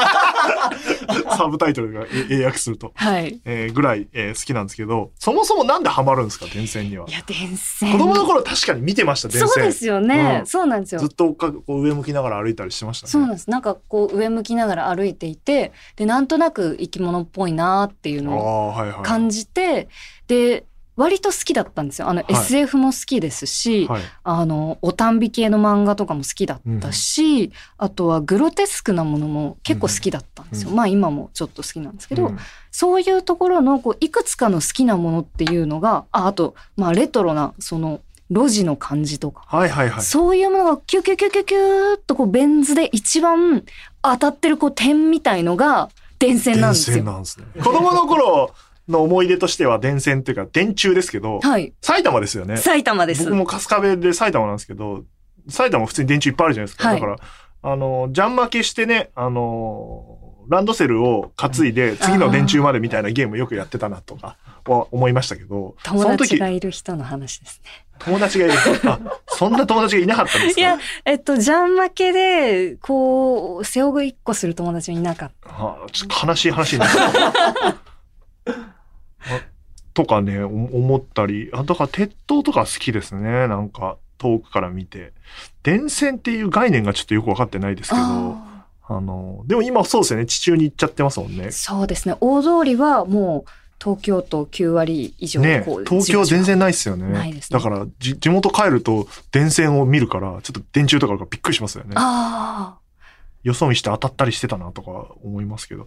Speaker 1: サブタイトルがえ英訳すると、
Speaker 2: はい。
Speaker 1: えーぐらい、えー好きなんですけどそもそもなんでハマるんですか電線にはい
Speaker 2: や、電線。
Speaker 1: 子供の頃確かに見てました電
Speaker 2: そう
Speaker 1: 線
Speaker 2: ですよね。
Speaker 1: うん
Speaker 2: そうなんですよ
Speaker 1: ずっ。と追っかけこう上向きながら歩いたりしてましたね
Speaker 2: そうなんです。なんかこう上向きながら歩いていて、で、なんとなく生き物っぽいなーっていう
Speaker 1: あ
Speaker 2: のを
Speaker 1: あはいはい
Speaker 2: 感じて、で、割と好きだったんですよ。あの、
Speaker 1: い
Speaker 2: SF も好きですし、
Speaker 1: はい
Speaker 2: あの、おたんび系の漫画とかも好きだったし、あとはグロテスクなものも結構好きだったんですよ。
Speaker 1: うん
Speaker 2: まあ今もちょっと好きなんですけど、
Speaker 1: うん
Speaker 2: そういうところのこういくつかの好きなものっていうのが、あ、あと、まあレトロな、その、路地の感じとか、
Speaker 1: はいはいはい
Speaker 2: そういうものがキュキュキュキュキューっとこうベン図で一番当たってるこう点みたいのが電線なんです
Speaker 1: 電線
Speaker 2: よ。
Speaker 1: なんですね。子供の頃、の思い出としては電線っていうか電柱ですけど、
Speaker 2: はい。
Speaker 1: 埼玉ですよね。
Speaker 2: 埼玉です。
Speaker 1: 僕も春日部で埼玉なんですけど、埼玉普通に電柱いっぱいあるじゃないですか。
Speaker 2: はい
Speaker 1: だから、あの、ジャン負けしてね、あの、ランドセルを担いで次の電柱までみたいなゲームよくやってたなとかは思いましたけど、
Speaker 2: 友
Speaker 1: その
Speaker 2: 達
Speaker 1: 時
Speaker 2: がいる人の話ですね。
Speaker 1: 友達がいる。あ、そんな友達がいなかったんですか
Speaker 2: いやえっと、ジャン負けで、こう、背負いっこする友達はいなかっ
Speaker 1: はあ、ちょっと悲しい話になる。あ とかね、お思ったり。あ、だから鉄塔とか好きですね。なんか遠くから見て。電線っていう概念がちょっとよくわかってないです
Speaker 2: た。
Speaker 1: けど、あ
Speaker 2: あ
Speaker 1: の、でも今そうですよね。地中に行っちゃってますもんね
Speaker 2: ー。そうですね。大通りはもう、東京都9割以上。
Speaker 1: ね
Speaker 2: こう
Speaker 1: 東京全。
Speaker 2: じわじわ
Speaker 1: 然ないですよね。
Speaker 2: ないですね
Speaker 1: だからじ、地元帰ると電線を見るから、ちょっと電柱とかがびっくりしますよね。
Speaker 2: あ
Speaker 1: よそ見して当たったりしてたなとか思いますけど。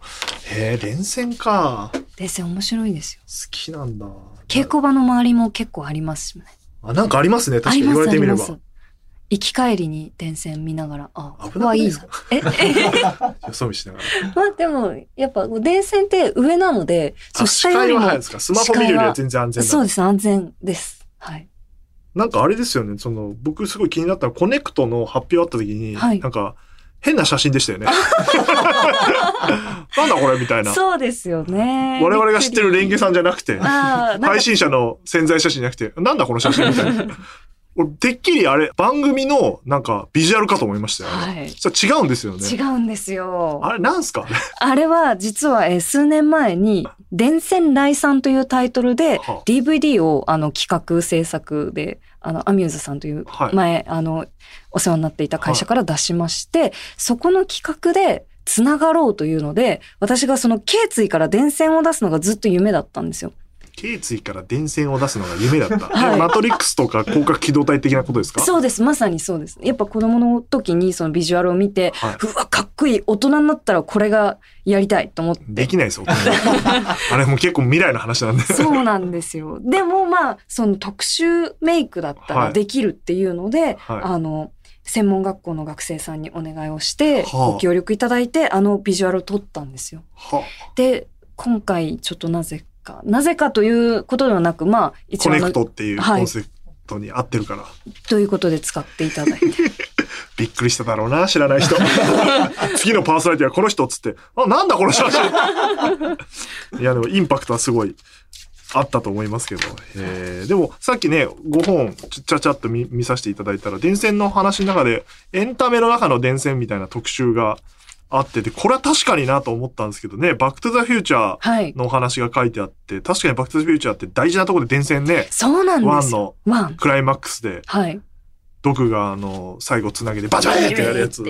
Speaker 1: へえ、電線か。好
Speaker 2: あ、ですよ。面白いですよ。
Speaker 1: きなんだ。
Speaker 2: 稽古場の周りも結構ありますね。
Speaker 1: あ、なんかありますね。確かに言われてみれば。
Speaker 2: ありますあります行き帰りに電線見ながら、あ、こ
Speaker 1: 危な
Speaker 2: こ
Speaker 1: く
Speaker 2: は
Speaker 1: ない
Speaker 2: い
Speaker 1: で
Speaker 2: い
Speaker 1: す
Speaker 2: な
Speaker 1: か。
Speaker 2: え、え、
Speaker 1: よそ見しながら。
Speaker 2: まあでも、やっぱ電線って上なので、そ
Speaker 1: あ
Speaker 2: う下よりも、
Speaker 1: 早いですか。スマホ見るよりは全然安全
Speaker 2: そう
Speaker 1: だ。
Speaker 2: です、安全です。はい。
Speaker 1: なんかあれですよね。その、僕すごい気になったのはコネクトの発表あった時に、
Speaker 2: はい
Speaker 1: なんか、変な写真でしたよね。 なんだこれみたいな。
Speaker 2: そうですよね。
Speaker 1: 我々が知ってるレンゲさんじゃなくて、
Speaker 2: ああ、なんか
Speaker 1: 配信者の潜在写真じゃなくて、なんだこの写真みたいな。俺、てっきりあれ、番組の、なんか、ビジュアルかと思いましたよ、ね。
Speaker 2: はい
Speaker 1: そしたら違うんですよね。
Speaker 2: 違うんですよ。
Speaker 1: あれ、なんすか
Speaker 2: あれは実は、えー数年前に「電線来産」というタイトルで
Speaker 1: はあ
Speaker 2: DVD をあの企画制作であのアミューズさんという
Speaker 1: はい
Speaker 2: 前、あのお世話になっていた会社から出しまして、そこの企画でつながろうというので私がその頸椎から電線を出すのがずっと夢だったんですよ。
Speaker 1: 頸椎から電線を出すのが夢だった。
Speaker 2: はい
Speaker 1: マトリックスとか広角機動体的なことですか
Speaker 2: そうですまさにそうです。やっぱ子供の時にそのビジュアルを見て、
Speaker 1: はいう
Speaker 2: わかっこいい大人になったらこれがやりたいと思って
Speaker 1: できないです よ、大人はあれもう結構未来の話なんで。
Speaker 2: そうなんですよ。でもまあ、その特殊メイクだった
Speaker 1: は
Speaker 2: ら
Speaker 1: い
Speaker 2: できるっていうので、
Speaker 1: はい
Speaker 2: あの、専門学校の学生さんにお願いをして、
Speaker 1: はあ
Speaker 2: ご協力いただいて、あのビジュアルを撮ったんですよ。
Speaker 1: は
Speaker 2: で、今回ちょっとなぜか、なぜかということではなく、まあ、
Speaker 1: コ
Speaker 2: 一応あ
Speaker 1: ネ
Speaker 2: の
Speaker 1: クトっていうコンセプトに合ってるから、
Speaker 2: ということで使っていただいて。
Speaker 1: びっくりしただろうな、知らない 人。次のパーソナリティはこの人っつって、あ、なんだこの写真いや、でもインパクトはすごいあったと思いますけど。えーでもさっきね、5本ちゃちゃっと見見させていただいたら、電線の話の中で、エンタメの中の電線みたいな特集があってて、これは確かになと思ったんですけどね、バックトゥザフューチャー、
Speaker 2: はい。
Speaker 1: のお話が書いてあって、確かにバックトゥザフューチャーって大事なところで電線ね、
Speaker 2: そうなんで
Speaker 1: ワン
Speaker 2: すよ。
Speaker 1: の
Speaker 2: ワン。
Speaker 1: クライマックスで、
Speaker 2: はい。
Speaker 1: ドクがあの、最後つなげてバチバチってやるやつ。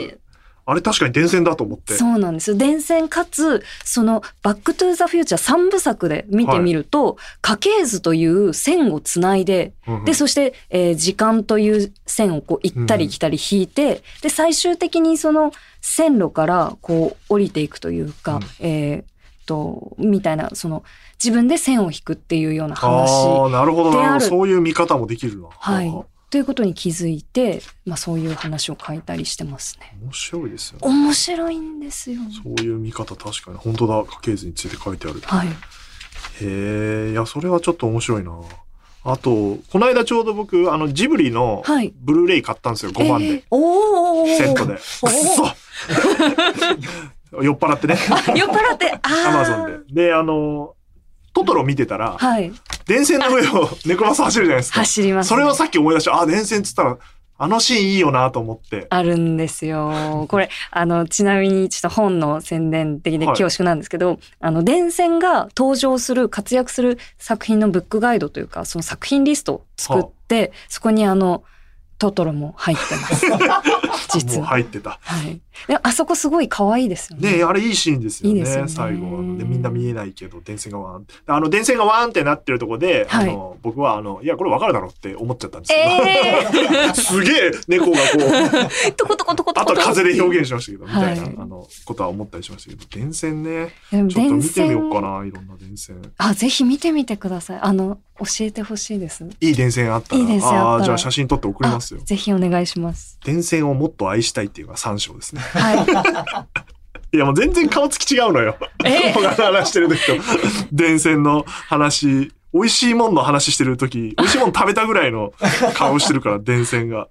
Speaker 1: あれ確かに電線だと思って。
Speaker 2: そうなんですよ。伝線かつ、その、バックトゥーザフューチャー三部作で見てみると、家系図という線をつないで、
Speaker 1: うんうん
Speaker 2: で、そして、えー時間という線をこう行ったり来たり引いて、で、最終的にその線路からこう降りていくというか、えーっと、みたいな、その、自分で線を引くっていうような話。
Speaker 1: ああ、なるほど、
Speaker 2: で
Speaker 1: な
Speaker 2: あ
Speaker 1: るほど。
Speaker 2: る
Speaker 1: そういう見方もできるな。
Speaker 2: はい
Speaker 1: 面。
Speaker 2: ということに気づいて、まあそういう話を書いたりしてますね。
Speaker 1: 白いですよね。
Speaker 2: 面白いんですよ。
Speaker 1: そういう見方確かに。本当だ。家系図について書いてある。
Speaker 2: はい。
Speaker 1: へえ、いや、それはちょっと面白いな。あと、この間ちょうど僕、あの、ジブリの
Speaker 2: はい。
Speaker 1: ブルーレイ買ったんですよ、5番で。
Speaker 2: えーおー
Speaker 1: セットで。くっ そ酔っ払ってね。
Speaker 2: 酔っ払って、あー
Speaker 1: アマゾンで。で、あの、トトロ見てたら、
Speaker 2: はい。
Speaker 1: 電線の上を猫バス走るじゃないですか。
Speaker 2: 走ります、
Speaker 1: それをさっき思い出して、あ、電線っつったら、あのシーンいいよなと思って。
Speaker 2: あるんですよ。これ、あの、ちなみにちょっと本の宣伝的で
Speaker 1: はい
Speaker 2: 恐縮なんですけど、あの、電線が登場する、活躍する作品のブックガイドというか、その作品リストを作って、そこにあの、トトロも入って ます。実
Speaker 1: もう
Speaker 2: は。
Speaker 1: 入ってた。
Speaker 2: はい。で、あそこすごい可愛いですよね。
Speaker 1: ねえあれいいシーンですよね。
Speaker 2: いいですよね
Speaker 1: 最後。で、みんな見えないけど、電線がワーン。あの、電線がワーンってなってるとこで、
Speaker 2: は
Speaker 1: あ
Speaker 2: い
Speaker 1: の、僕は、あの、いや、これわかるだろうって思っちゃったんですけど。
Speaker 2: えー、
Speaker 1: すげえ猫がこう、
Speaker 2: とことことこと
Speaker 1: あ
Speaker 2: こと
Speaker 1: とは風で表現しましたけど、みたいな、
Speaker 2: はい
Speaker 1: あの、ことは思ったりしましたけど、電線ね。
Speaker 2: でも
Speaker 1: ちょっと
Speaker 2: 電
Speaker 1: 見てみよ
Speaker 2: 線
Speaker 1: うかな、いろんな電線。
Speaker 2: あ、ぜひ見てみてください。あの、教えてほしいです。
Speaker 1: いい電線あったら。
Speaker 2: いい電線あったら
Speaker 1: あーじゃあ写真撮って送りますよ
Speaker 2: あ。ぜひお願いします。
Speaker 1: 電線をもっと愛したいっていうのが3章ですね。
Speaker 2: は
Speaker 1: い
Speaker 2: い。
Speaker 1: やもう全然顔つき違うのよ。
Speaker 2: え
Speaker 1: 僕が話してる時と、電線の話、美味しいもんの話してる時、美味しいもん食べたぐらいの顔してるから、電線が。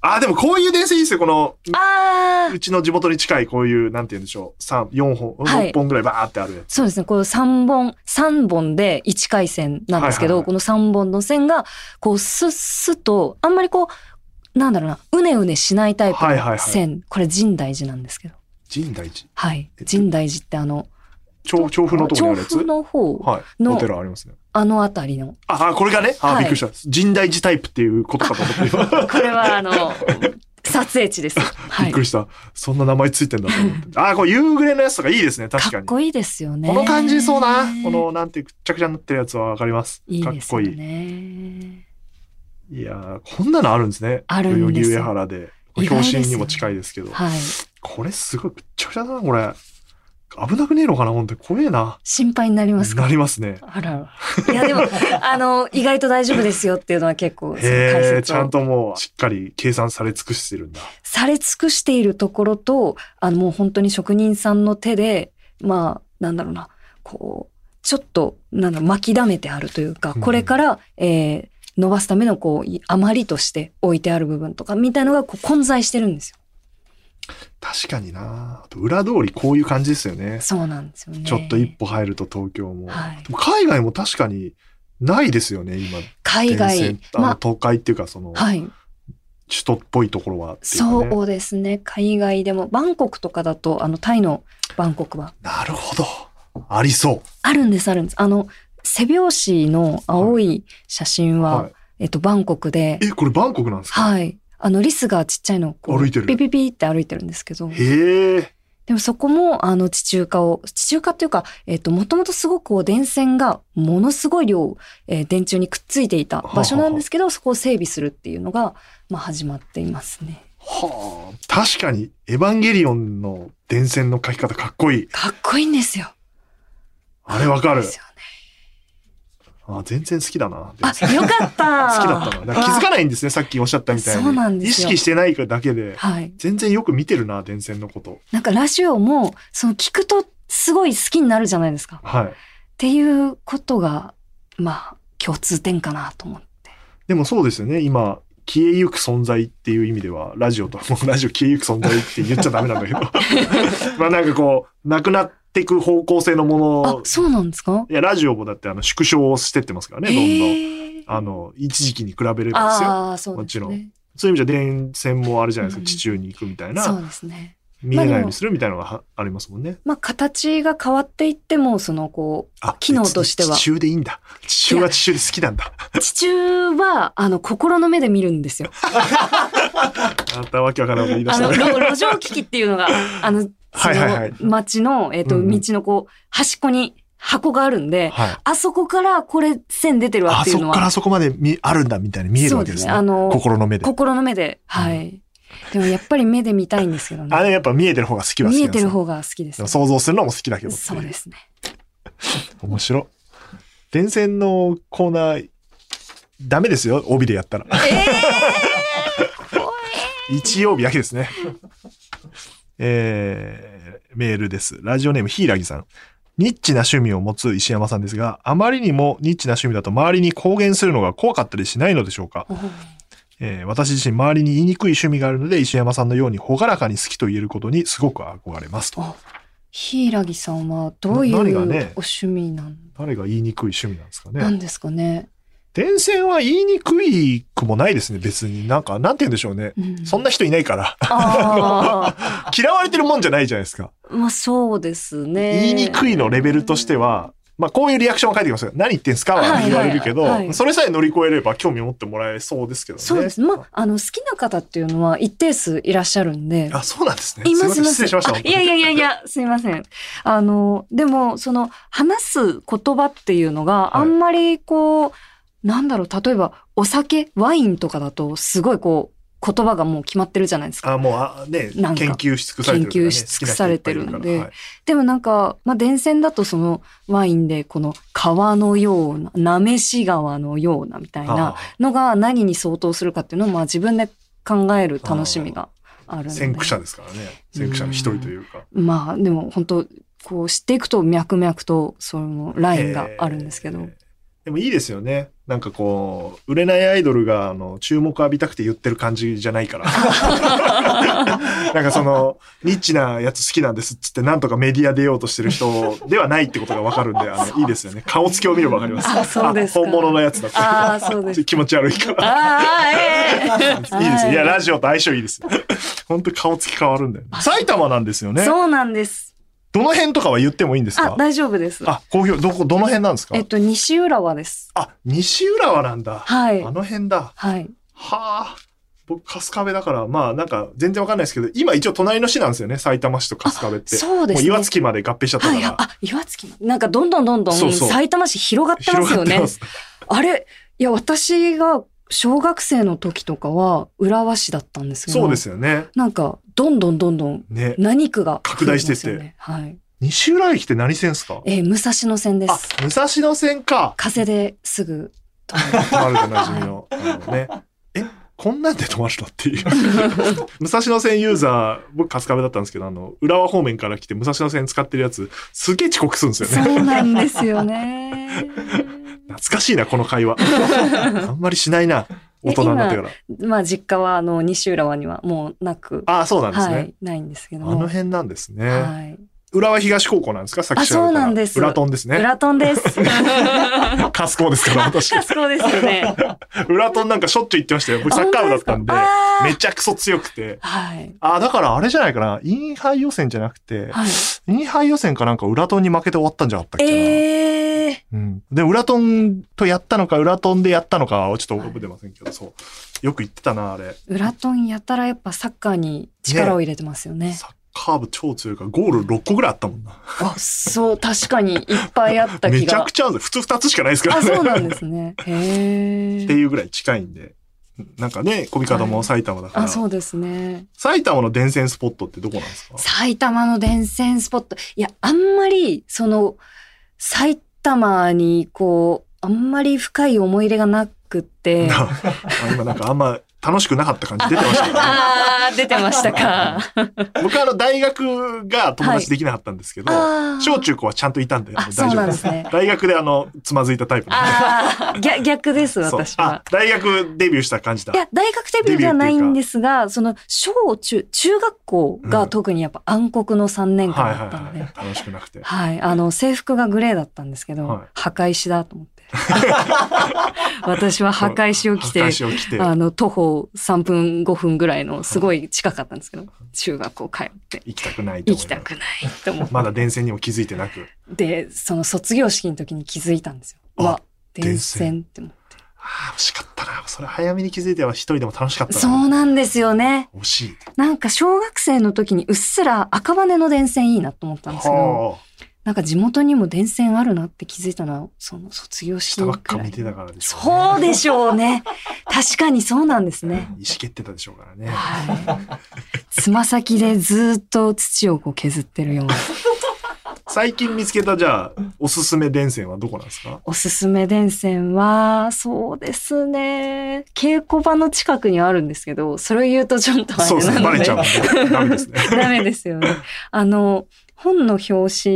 Speaker 1: あ、でもこういう電線いいですよ。この、
Speaker 2: ああ
Speaker 1: うちの地元に近いこういう、なんて言うんでしょう。三4本、
Speaker 2: はい
Speaker 1: 6本ぐらいバーってあるやつ。
Speaker 2: そうですね。こう3本、3本で1回線なんですけど、
Speaker 1: はいはいはい
Speaker 2: この3本の線が、こうスッスッと、あんまりこう、なんだろうな、うねうねしないタイプ
Speaker 1: はいはいは
Speaker 2: の
Speaker 1: い
Speaker 2: 線。これ神代寺なんですけど。
Speaker 1: 神大寺。
Speaker 2: はい
Speaker 1: え。
Speaker 2: 神代寺ってあの、
Speaker 1: 調調布のとこにあ
Speaker 2: 調
Speaker 1: るやつ。
Speaker 2: 布の方、
Speaker 1: はい。
Speaker 2: の
Speaker 1: お寺ありますね。
Speaker 2: あの辺りの
Speaker 1: あ、あこれがね。あ、
Speaker 2: はい
Speaker 1: びっくりした。神大寺タイプっていうことかと思って今。
Speaker 2: これは あの撮影地です。は
Speaker 1: びっ
Speaker 2: い。
Speaker 1: くりした。そんな名前ついてんだと思って。あ、これ夕暮れのやつとかいいですね。確か
Speaker 2: か
Speaker 1: に。
Speaker 2: っこいいですよね。
Speaker 1: この感じそうな。この、なんていう、くっちゃくちゃになってるやつはわかります。
Speaker 2: いい
Speaker 1: かっ
Speaker 2: です
Speaker 1: こ
Speaker 2: よ
Speaker 1: いい。
Speaker 2: ね。
Speaker 1: いやー、こんなのあるんですね。
Speaker 2: あるんですよ
Speaker 1: 代々木上原で。
Speaker 2: 意外
Speaker 1: 表
Speaker 2: ですよ
Speaker 1: 紙にも近いですけど。
Speaker 2: はい。
Speaker 1: これすごい、くっちゃくちゃだな、これ。危なくねえのかな、本当に。怖えな。
Speaker 2: 心配になりますか。
Speaker 1: なりますね。
Speaker 2: あらあら。いや でもあの意外と大丈夫ですよっていうのは結構その
Speaker 1: へ
Speaker 2: 解
Speaker 1: え、
Speaker 2: 説
Speaker 1: ちゃん
Speaker 2: を
Speaker 1: ともう、しっかり計算され尽くしてるんだ。
Speaker 2: され尽くしているところと、あのもう本当に職人さんの手で、まあなんだろうな、こうちょっとなんだろう巻きだめてあるというか、
Speaker 1: うん
Speaker 2: これから、えー伸ばすためのこうい余りとして置いてある部分とかみたいのがこう混在してるんですよ。
Speaker 1: 確かにな。あと裏通りこういう感じですよね。
Speaker 2: そうなんですよね。
Speaker 1: ちょっと一歩入ると東京も。
Speaker 2: はい
Speaker 1: でも海外も確かにないですよね、今。
Speaker 2: 海
Speaker 1: 電
Speaker 2: 外
Speaker 1: 線、あの
Speaker 2: ま
Speaker 1: 東海っていうか、その、
Speaker 2: あ、はい、
Speaker 1: 首都っぽいところはっていうかね、
Speaker 2: そうですね。海外でも、バンコクとかだと、あの、タイのバンコクは、
Speaker 1: なるほど。ありそう。
Speaker 2: あるんです、あるんです。あの、背拍子の青い写真は、
Speaker 1: はい
Speaker 2: えっと、バンコクで、
Speaker 1: え、これバンコクなんですか、
Speaker 2: はい。あの、リスがちっちゃいのをこう
Speaker 1: 歩いてる
Speaker 2: ピピピって歩いてるんですけど、
Speaker 1: へえ。
Speaker 2: でもそこも、あの、地中化を、地中化っていうか、えっと、もともとすごくこう、電線が、ものすごい量、えー電柱にくっついていた場所なんですけど、そこを整備するっていうのが、まあ、始まっていますね。
Speaker 1: はあ。確かに、エヴァンゲリオンの電線の書き方かっこいい。
Speaker 2: かっこいいんですよ。
Speaker 1: あれわかる
Speaker 2: で。すよね
Speaker 1: あ、全然好きだな。電線
Speaker 2: あ、よかった。
Speaker 1: 好きだったな。だから気づかないんですね、さっきおっしゃったみたいに。
Speaker 2: そうなんですよ
Speaker 1: 意識してないだけで。
Speaker 2: はい。
Speaker 1: 全然よく見てるな、電線のこと。
Speaker 2: なんかラジオも、その聞くとすごい好きになるじゃないですか。っ
Speaker 1: はい。
Speaker 2: ていうことが、まあ、共通点かなと思って。
Speaker 1: でもそうですよね、今、消えゆく存在っていう意味では、ラジオと、 もうラジオ消えゆく存在って言っちゃダメなん だけど。まあなんかこう、なくなっていく方向性のも
Speaker 2: あ
Speaker 1: の、
Speaker 2: そうなんですか
Speaker 1: いや、ラジオもだってあの縮小をしてってますからね、どんどん。
Speaker 2: へー
Speaker 1: あの、一時期に比べればですよ。
Speaker 2: ああ、そうです
Speaker 1: もちろ
Speaker 2: ね。
Speaker 1: そういう意味じゃ電線もあるじゃないです
Speaker 2: う
Speaker 1: か、
Speaker 2: ん
Speaker 1: 地中に行くみたい
Speaker 2: そ
Speaker 1: な、
Speaker 2: うですね。
Speaker 1: 見えないようにするみたいなのがはありますもんね。
Speaker 2: まあ、形が変わっていっても、その、こう、
Speaker 1: あ、
Speaker 2: 機能としては
Speaker 1: 別に地中でいいんだ。地中は地中で好きなんだ。
Speaker 2: 地中は、あの、心の目で見るんですよ。
Speaker 1: あんたわけわからんこと言い出し
Speaker 2: あ
Speaker 1: た
Speaker 2: の、
Speaker 1: ね。
Speaker 2: 路路上機器っていう のが、あの、そ
Speaker 1: はいはいはい
Speaker 2: の、街の、えっと、
Speaker 1: うんうん
Speaker 2: 道のこう、端っこに箱があるんで、
Speaker 1: はい。
Speaker 2: あそこからこれ線出てるわ
Speaker 1: あ
Speaker 2: ってい
Speaker 1: そう
Speaker 2: の
Speaker 1: こ
Speaker 2: は。
Speaker 1: からあそこまで見あるんだみたいに見えるわけです
Speaker 2: そうですねあ
Speaker 1: ね。
Speaker 2: の
Speaker 1: 心の目で。
Speaker 2: 心の目で。はい。でもやっぱり目で見たいんですけど
Speaker 1: あ
Speaker 2: ね。
Speaker 1: れやっぱ見えてる方が好きは好き
Speaker 2: 見
Speaker 1: な
Speaker 2: え
Speaker 1: んで
Speaker 2: て
Speaker 1: す
Speaker 2: る
Speaker 1: よ
Speaker 2: 方が好きです
Speaker 1: でも。想像するのも好きだけどってい
Speaker 2: そうですね。
Speaker 1: 面白い電線のコーナーダメですよ帯でやったら日曜日だけですねえー、メールですラジオネームひいらぎさんニッチな趣味を持つ石山さんですがあまりにもニッチな趣味だと周りに公言するのが怖かったりしないのでしょうか
Speaker 2: おー
Speaker 1: えー私自身周りに言いにくい趣味があるので石山さんのように朗らかに好きと言えることにすごく憧れますと
Speaker 2: あ柊さんはどういう
Speaker 1: な
Speaker 2: お
Speaker 1: 何がね
Speaker 2: 趣味なん
Speaker 1: 誰が言いにくい趣味なんですかね
Speaker 2: なんですかね。
Speaker 1: 電線は言いにくいくもないですね、別に。なんか、なんて言うんでしょうね。
Speaker 2: うん
Speaker 1: そんな人いないから。
Speaker 2: あ
Speaker 1: 嫌われてるもんじゃないじゃないですか。
Speaker 2: あ、まあそうですね。
Speaker 1: 言いにくいのレベルとしては、まあ、こういうリアクションが返ってきますよ。何言ってんすか
Speaker 2: はい
Speaker 1: は
Speaker 2: はい
Speaker 1: 言われるけど、
Speaker 2: はい
Speaker 1: それさえ乗り越えれば興味持ってもらえそうですけどね。
Speaker 2: そうですね。まあ、あの、好きな方っていうのは一定数いらっしゃるんで。
Speaker 1: あ、そうなんですね。
Speaker 2: いますす
Speaker 1: いませ
Speaker 2: います
Speaker 1: ん失礼しました。
Speaker 2: あいやいやいやいや、すいません。あの、でも、その、話す言葉っていうのが
Speaker 1: はい
Speaker 2: あんまりこう、なんだろう、例えば、お酒、ワインとかだと、すごいこう、言葉がもう決まってるじゃないですか。
Speaker 1: あ、もう、あね、研
Speaker 2: なんか
Speaker 1: 究し尽くされてるからね、
Speaker 2: 研究し尽くされてるんで
Speaker 1: 好きな人いっぱいいるからはい
Speaker 2: でもなんか、まあ、電線だとその、ワインで、この、川のような、なめし川のような、みたい
Speaker 1: あ
Speaker 2: なのが何に相当するかっていうのを、まあ、自分で考える楽しみがあるので
Speaker 1: 先駆者ですからね。先駆者の一人というか。
Speaker 2: まあでも本当こう知っていくと脈々とそのラインがあるんですけど、
Speaker 1: えーでもいいですよね。なんかこう、売れないアイドルが、あの、注目浴びたくて言ってる感じじゃない から。なんかその、ニッチなやつ好きなんですっつって、なんとかメディア出ようとしてる人ではないってことがわかるんで、あの、いいですよね。顔つきを見ればわかります。
Speaker 2: あそうですか
Speaker 1: 本物のやつだって。
Speaker 2: ああそうです
Speaker 1: 気持ち悪いから。
Speaker 2: ああええ
Speaker 1: いいです。いや、
Speaker 2: はい
Speaker 1: ラジオと相性いいです。本当顔つき変わるんだよね。埼玉なんですよね。
Speaker 2: そうなんです
Speaker 1: どの辺とかは言ってもいいんです
Speaker 2: あ
Speaker 1: か
Speaker 2: 大丈夫です
Speaker 1: あ、好評、どこ、どの辺なんですか
Speaker 2: えっと西浦和です
Speaker 1: あ、西浦和なんだ。
Speaker 2: はい
Speaker 1: あの辺だ。
Speaker 2: はい
Speaker 1: はあ。僕、春日部だから、まあなんか全然わかんないですけど、今一応隣の市なんですよね、埼玉市と春日部って。
Speaker 2: そうです
Speaker 1: もう
Speaker 2: ね
Speaker 1: 岩槻まで合併しちゃった
Speaker 2: は
Speaker 1: か
Speaker 2: い、あ
Speaker 1: ら。、
Speaker 2: 岩槻のなんかどんどんどんどん、
Speaker 1: そうそう
Speaker 2: 埼玉市広がってますよね。
Speaker 1: ます。
Speaker 2: あれ、いや、私が小学生の時とかは、浦和市だったんですけど。
Speaker 1: そうですよね。
Speaker 2: なんか、どんどんどんどん、
Speaker 1: ね。
Speaker 2: 何区が、
Speaker 1: 拡大してって
Speaker 2: 増えますよねはい。
Speaker 1: 西浦和駅って何線ですか
Speaker 2: えー武蔵野線で
Speaker 1: あ
Speaker 2: す。、
Speaker 1: 武蔵野線か。
Speaker 2: 風ですぐ。
Speaker 1: 止まるでおなじみの。あのね。え、こんなんで止まるのっていう。 武蔵野線ユーザー、僕春日部だったんですけど、あの、浦和方面から来て武蔵野線使ってるやつ、すげえ遅刻するんですよね。
Speaker 2: そうなんですよね。
Speaker 1: 懐かしいな、この会 話。あんまりしないな。大人になってから。
Speaker 2: まあ、実家は、あの、西浦和にはもうなく、
Speaker 1: ああ、そうなんですね。
Speaker 2: はい、ないんですけど
Speaker 1: あの
Speaker 2: も。
Speaker 1: 辺なんですね。
Speaker 2: はい。
Speaker 1: 浦和東高校なんですか、作詞
Speaker 2: あそうなんです
Speaker 1: 浦トンですね。
Speaker 2: 浦ト ンです。
Speaker 1: カスコですから、私。
Speaker 2: そうですよね。
Speaker 1: 浦トンなんかしょっちゅう行ってましたよ。僕サッカー部だったんで
Speaker 2: あ、本当
Speaker 1: め
Speaker 2: ですか
Speaker 1: ちゃくそ強くて。
Speaker 2: あーはい。
Speaker 1: あ、だからあれじゃないかな。インハイ予選じゃなくて、
Speaker 2: はい。
Speaker 1: インハイ予選かなんか浦トンに負けて終わったんじゃなかったっけな。
Speaker 2: ええ
Speaker 1: うん、で、浦トンとやったのか、浦トンでやったのかはちょっと覚えてませんけど、そう。よく言ってたな、あれ。
Speaker 2: 裏トンやたらやっぱサッカーに力を入れてますよね。
Speaker 1: サッカー部超強いから、ゴール6個ぐらいあったもんな。
Speaker 2: あ、そう、確かにいっぱいあった
Speaker 1: め
Speaker 2: 気
Speaker 1: ちゃ
Speaker 2: が
Speaker 1: く。ちゃあるんですよ。普通2つしかないですから
Speaker 2: あ、
Speaker 1: ね。
Speaker 2: そうなんですね。へ
Speaker 1: って
Speaker 2: え。
Speaker 1: いうぐらい近いんで。なんかね、コミカドも埼玉だから、
Speaker 2: あ、そうですね。
Speaker 1: 埼玉の伝染スポットってどこなんですか
Speaker 2: 埼玉の伝染スポット。いや、あんまり、その、埼玉にこう、あんまり深い思い入れがなくて。
Speaker 1: なあ今なんかあんま楽しくなかった感じ出てましたけど、ね、
Speaker 2: あー、出てましたか。
Speaker 1: 僕はあの大学が友達できなかったんですけど、
Speaker 2: あー
Speaker 1: 小中高はちゃんといたんで、あ
Speaker 2: あ、
Speaker 1: の
Speaker 2: そ
Speaker 1: 大
Speaker 2: う
Speaker 1: 丈
Speaker 2: な
Speaker 1: 夫
Speaker 2: ん
Speaker 1: で。
Speaker 2: ですすね。
Speaker 1: 大学であの、つまずいたタイプなん
Speaker 2: ああ、 逆逆です、
Speaker 1: で。そう
Speaker 2: 私
Speaker 1: あ
Speaker 2: は。、
Speaker 1: 大学デビューした感じだ
Speaker 2: い。や、大学デビューではないんですが、その、小中、中学校が特にやっぱ暗黒の3年
Speaker 1: は
Speaker 2: 間
Speaker 1: い
Speaker 2: だったの
Speaker 1: はい
Speaker 2: で、はい
Speaker 1: はい。楽しくなくて。
Speaker 2: あの、制服がグレーだったんですけど、
Speaker 1: はい
Speaker 2: 墓石だと 思って。私は墓石を着て
Speaker 1: 博、士を着て、
Speaker 2: あの、徒歩3分、5分ぐらいの、すごい近かったんですけど、中学校通って、
Speaker 1: 行きたくないと
Speaker 2: 行
Speaker 1: 思い
Speaker 2: き
Speaker 1: ま
Speaker 2: た
Speaker 1: す。
Speaker 2: くないと思っ
Speaker 1: まだ電線にも気づいてなく。
Speaker 2: て、その卒業式の時に気づいたんですよ。
Speaker 1: あ
Speaker 2: うわ、
Speaker 1: 電
Speaker 2: 電
Speaker 1: 線
Speaker 2: 線って思って。
Speaker 1: ああ、惜しかったな。それ早めに気づいては一人でも楽しかったな。
Speaker 2: そうなんですよね。
Speaker 1: 惜しい。
Speaker 2: なんか小学生の時にうっすら赤羽の電線いいなと思ったんですけど、
Speaker 1: はあ
Speaker 2: なんか地元にも電線あるなって気づいたのは、その卒業式
Speaker 1: 下ばっか
Speaker 2: くらい
Speaker 1: 見てたからでしょうね、
Speaker 2: そうでしょうね。確かにそうなんですね。
Speaker 1: 意識ってたでしょうからね。
Speaker 2: はい。つま先でずっと土をこう削ってるような。
Speaker 1: 最近見つけたじゃあ、おすすめ電線はどこなんですか
Speaker 2: おすすめ電線は、そうですね。稽古場の近くにあるんですけど、それを言うとちょっとあれな
Speaker 1: そう
Speaker 2: ので。
Speaker 1: ですね。バレちゃうんで。ダメ です ね。
Speaker 2: ダメですよね。あの、本の表紙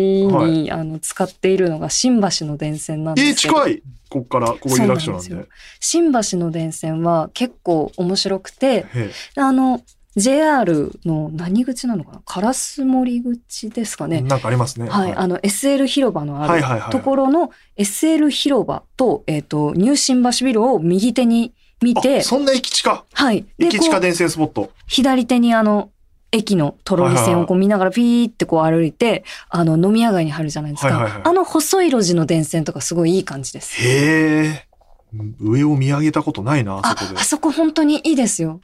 Speaker 2: に、
Speaker 1: は
Speaker 2: あの使っているのが新橋の電線なんで
Speaker 1: えー、
Speaker 2: すけど、
Speaker 1: 近いこっから、ここ有楽町なんで。
Speaker 2: そう
Speaker 1: へ
Speaker 2: なん新橋の電線は結構面白くて、
Speaker 1: え
Speaker 2: あの、JR の何口なのかな烏森口ですかね。
Speaker 1: なんかありますね。
Speaker 2: はい、あの SL 広場のあ
Speaker 1: はい
Speaker 2: る
Speaker 1: はいはい。
Speaker 2: ところの SL 広場と、えっ、と、ニュー新橋ビルを右手に見て
Speaker 1: あ、そんな駅地下。
Speaker 2: はい。で
Speaker 1: 駅地下電線スポット。
Speaker 2: 左手にあの、駅のトロリ線をこう見ながらピーってこう歩いて、あの、飲み屋街に入るじゃないです
Speaker 1: はいはいはい
Speaker 2: か。あの細い路地の電線とかすごいいい感じです。
Speaker 1: へえ。上を見上げたことないな、あ
Speaker 2: あ
Speaker 1: そこ、で
Speaker 2: あ。そこ本当にいいですよ。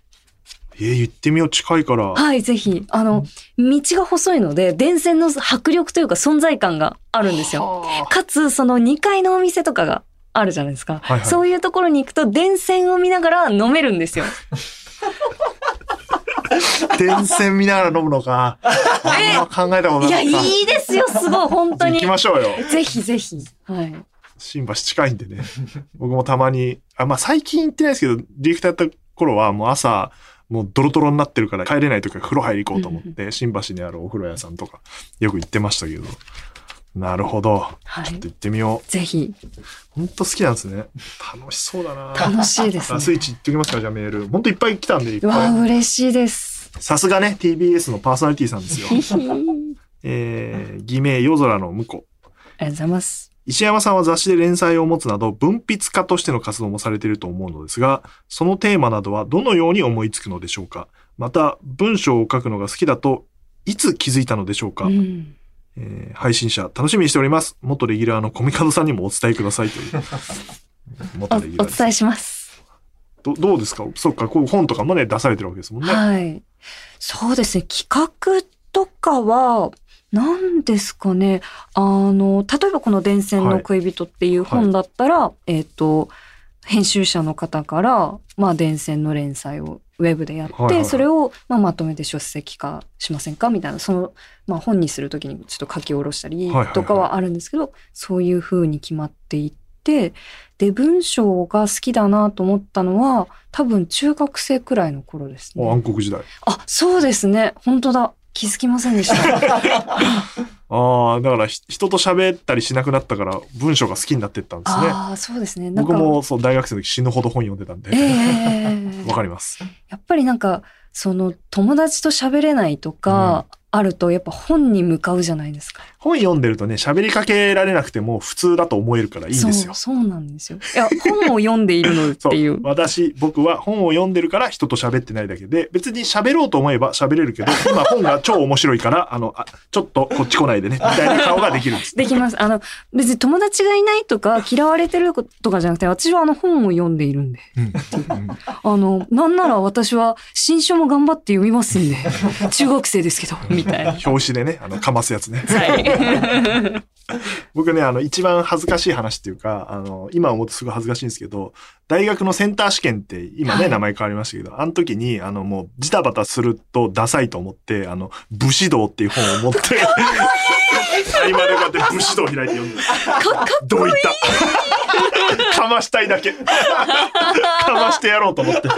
Speaker 1: えー、言ってみよう、近いから。
Speaker 2: はい、ぜひ。あの、道が細いので、電線の迫力というか存在感があるんですよ。
Speaker 1: はあ
Speaker 2: かつ、その2階のお店とかがあるじゃないですか。
Speaker 1: はいはい
Speaker 2: そういうところに行くと、電線を見ながら飲めるんですよ。
Speaker 1: 電線見ながら飲むのか。あんま考えたことなかっ
Speaker 2: い
Speaker 1: た。
Speaker 2: や、いいですよ、すごい、本当
Speaker 1: 行
Speaker 2: に
Speaker 1: き。ましょうよ。
Speaker 2: ぜひぜひ。はい。
Speaker 1: 新橋近いんでね。僕もたまに、あ、まあ最近行ってないですけど、ディレクターやった頃はもう朝、もうドロドロになってるから帰れない時は風呂入り行こうと思って、新橋にあるお風呂屋さんとかよく行ってましたけど。なるほど。
Speaker 2: は
Speaker 1: ちょっ
Speaker 2: い
Speaker 1: と行ってみよ
Speaker 2: ぜひ
Speaker 1: う。ほんと好きなんですね。楽しそうだな
Speaker 2: 楽しいです
Speaker 1: あスイ
Speaker 2: ね
Speaker 1: ッチ行ってきますかじゃあメール。ほんといっぱい来たんで、いっ
Speaker 2: うわ
Speaker 1: ぱい。
Speaker 2: 嬉しい です
Speaker 1: さすがね、TBS のパーソナリティさんですよ。
Speaker 2: ありがと
Speaker 1: えー、偽名夜空の婿。
Speaker 2: うございます
Speaker 1: 石山さんは雑誌で連載を持つなど文筆家としての活動もされていると思うのですが、そのテーマなどはどのように思いつくのでしょうかまた、文章を書くのが好きだといつ気づいたのでしょうか、
Speaker 2: うん
Speaker 1: えー配信者楽しみにしております。元レギュラーのコミカドさんにもお伝えくださいと いう。
Speaker 2: お
Speaker 1: 元
Speaker 2: お
Speaker 1: レギュラーです
Speaker 2: 伝えします
Speaker 1: どどうですかそっか、こう本とかもね出されてるわけですもんね。
Speaker 2: はい。そうですね。企画とかは、何ですかね。あの、例えばこの伝線の恋人っていう
Speaker 1: はい
Speaker 2: 本だったら、えっ、と、編集者の方から、まあ、伝線の連載をウェブでやって、
Speaker 1: はいはいはい
Speaker 2: それを、まあ、まとめて書籍化しませんかみたいな、その、まあ、本にするときにちょっと書き下ろしたり
Speaker 1: はいはいはい
Speaker 2: とかはあるんですけど、そういう風に決まっていって、で、文章が好きだなと思ったのは、多分中学生くらいの頃ですね。
Speaker 1: お暗黒時代。
Speaker 2: あ、そうですね。本当だ。気づきません でした。
Speaker 1: ああ、だからひ人と喋ったりしなくなったから文章が好きになってったんですね。
Speaker 2: ああ、そうですね。なん
Speaker 1: 僕
Speaker 2: か、
Speaker 1: もそう大学生の時死ぬほど本読んでたんで
Speaker 2: ええ。
Speaker 1: わかります。
Speaker 2: やっぱりなんか、その友達と喋れないとか、あると、やっぱ本に向かうじゃないですか。
Speaker 1: 本読んでるとね、喋りかけられなくても普通だと思えるからいいんですよ。
Speaker 2: そう、そうなんですよ。いや、本を読んでいるのっ
Speaker 1: そう
Speaker 2: ていう。
Speaker 1: 私、僕 は本を読んでるから人と喋ってないだけで、別に喋ろうと思えば喋れるけ ど、今本が超面白いから、あの、あちょっとこっち来ないでね、みたいな顔ができるんです。
Speaker 2: できます。あの、別に友達がいないとか、嫌われてるとかじゃなくて、私はあの本を読んでいるんで。あの、なんなら私は新書も頑張って読みま すんで、中学生ですけど、みたいな。
Speaker 1: 表紙でね、あの、かますやつね。
Speaker 2: はい。
Speaker 1: 僕ね、あの、一番恥ずかしい話っていうか、あの、今思うとすごい恥ずかしいんですけど、大学のセンター試験って、今ね、
Speaker 2: はい
Speaker 1: 名前変わりましたけど、あの時に、あの、もう、ジタバタするとダサいと思って、あの、武士道っていう本を持って、合間でこうやって武士道を開いて読んでる。どういった。かましたいだけ。かましてやろうと思って。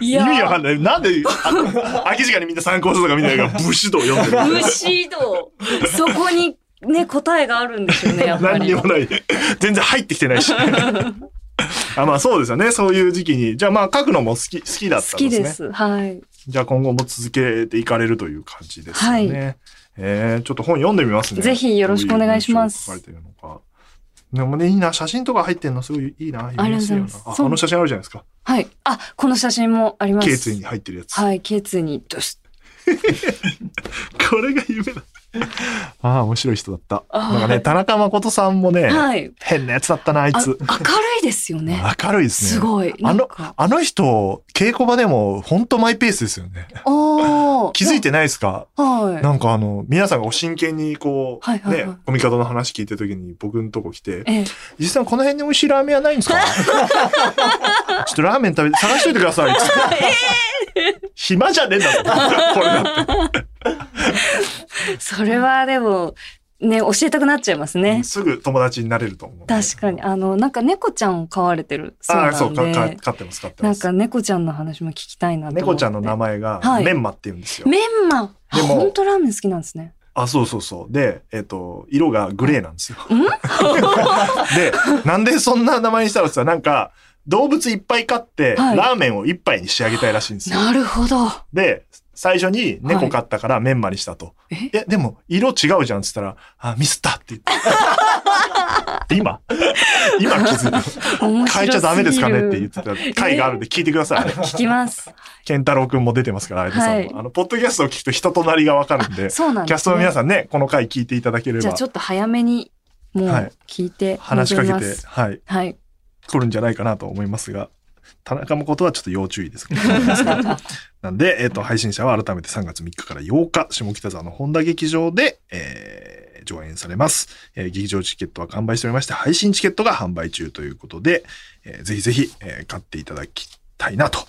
Speaker 2: い
Speaker 1: 意
Speaker 2: やー
Speaker 1: 味わかんない。なんで、あ空き時間にみんな参考書とか見ないから武士道を読んでる。
Speaker 2: 武士道。そこにね、答えがあるんで すよね、やっぱ
Speaker 1: 何に
Speaker 2: り
Speaker 1: も。 ない。全然入ってきてないし。あまあそうですよね。そういう時期に。じゃあまあ書くのも好き、好きだった
Speaker 2: 好
Speaker 1: んで
Speaker 2: き
Speaker 1: すね。
Speaker 2: です。はい。
Speaker 1: じゃあ今後も続けていかれるという感じですよね。えーちょっと本読んでみますね。
Speaker 2: ぜひよろしくお願いします
Speaker 1: どういう文章が書かれてるのか。でもね、いいな。写真とか入ってんのすごいいいな。
Speaker 2: がとうございます
Speaker 1: あ
Speaker 2: そう
Speaker 1: あの写真あるじゃないですか。
Speaker 2: はい。あ、この写真もあります。
Speaker 1: 頸椎に入ってるやつ。
Speaker 2: はい、頸椎に。ドス
Speaker 1: これが夢だ。ああ、面白い人だった。
Speaker 2: あー
Speaker 1: なんかね、田中誠さんもね、
Speaker 2: はい。
Speaker 1: 変なやつだったな、あい
Speaker 2: あ明
Speaker 1: つ
Speaker 2: る。いですよね。
Speaker 1: 明るいですね。
Speaker 2: すごい。
Speaker 1: あ
Speaker 2: なん
Speaker 1: の
Speaker 2: か、。
Speaker 1: あの人、稽古場でも、ほんとマイペースですよね。
Speaker 2: お ー
Speaker 1: 気づいてないですか
Speaker 2: は
Speaker 1: なんかあの、皆さんがお真剣にこう、
Speaker 2: はいはいはい
Speaker 1: ね、コミカドの話聞いた時に僕のとこ来て、
Speaker 2: い。ええ、
Speaker 1: 実際この辺に美味しいラーメン屋ないんです かちょっとラーメン食べて、探しといてくださいっ つって。暇じゃねえんだぞ、これだって
Speaker 2: それはでも、ね、教えたくなっちゃいますね。
Speaker 1: すぐ友達になれると思う。
Speaker 2: 確かに。あの、なんか猫ちゃんを飼われてる。そう
Speaker 1: あ
Speaker 2: な
Speaker 1: あ、そうんか、か
Speaker 2: で。
Speaker 1: 飼ってます、飼って
Speaker 2: な
Speaker 1: ま
Speaker 2: ん
Speaker 1: す
Speaker 2: か。猫ちゃんの話も聞きたいなと思って。
Speaker 1: 猫ちゃんの名前が
Speaker 2: は、い
Speaker 1: メンマって言うんですよ。
Speaker 2: メンマあ
Speaker 1: でも
Speaker 2: 本当ラーメン好きなんですね。
Speaker 1: あ、そうそうそう。で、えっ、と、色がグレーなんですよ。
Speaker 2: ん
Speaker 1: で、なんでそんな名前にしたらさ、なんか、動物いっぱい飼って、
Speaker 2: はい
Speaker 1: ラーメンを一杯に仕上げたいらしいんですよ。
Speaker 2: なるほど。
Speaker 1: で、最初に猫飼ったからメンマにしたと。
Speaker 2: え
Speaker 1: い、や、でも、色違うじゃんっつったら、あ、ミスったって言 って。今今気づいた。
Speaker 2: 面
Speaker 1: 変
Speaker 2: 白すぎ
Speaker 1: え
Speaker 2: る
Speaker 1: ちゃダメですかねって言ってた回があるんで聞いてください。
Speaker 2: 聞きます。
Speaker 1: ケンタロウくんも出てますから、相田さんも
Speaker 2: はい
Speaker 1: あの、ポッドキャストを聞くと人となりがわかるんで、
Speaker 2: そうなんです、ね。
Speaker 1: キャストの皆
Speaker 2: ん。
Speaker 1: さんね、この回聞いていただけれ
Speaker 2: じゃ
Speaker 1: ば
Speaker 2: あちょっと早めに、もう
Speaker 1: はい
Speaker 2: 聞いて、
Speaker 1: 話しかけて、はい、
Speaker 2: はい。
Speaker 1: 来るんじゃないかなと思いますが、田中誠はちょっと要注意です けどなんで、えっ、と、配信者は改めて3月3日から8日、下北沢の本田劇場で、えー上演されます、えー劇場チケットは完売しておりまして、配信チケットが販売中ということで、えーぜひぜひ、えー買っていただきたいなと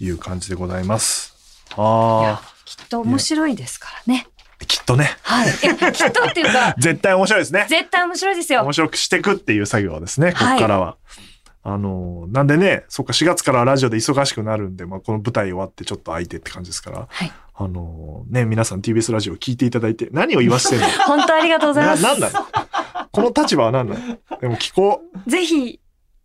Speaker 1: いう感じでございます。
Speaker 2: い
Speaker 1: あ
Speaker 2: やきっと面白いですからね。
Speaker 1: あ、きっとね、、
Speaker 2: はい。いやきっとっていうか
Speaker 1: 絶対面白いですね。
Speaker 2: 絶対面白いですよ
Speaker 1: 面。白くしていくっていう作業ですね、ここ
Speaker 2: はい
Speaker 1: からは。あの、なんでね、そっか4月からラジオで忙しくなるんで、まあ、この舞台終わってちょっと空いてって感じですから、
Speaker 2: はい
Speaker 1: あの、ね、皆さん TBS ラジオ聞いていただいて、何を言わせてんの
Speaker 2: 本 当ありがとうございま
Speaker 1: な
Speaker 2: す。
Speaker 1: なんなのこの立場は何なのでも聞こう。
Speaker 2: ぜひ、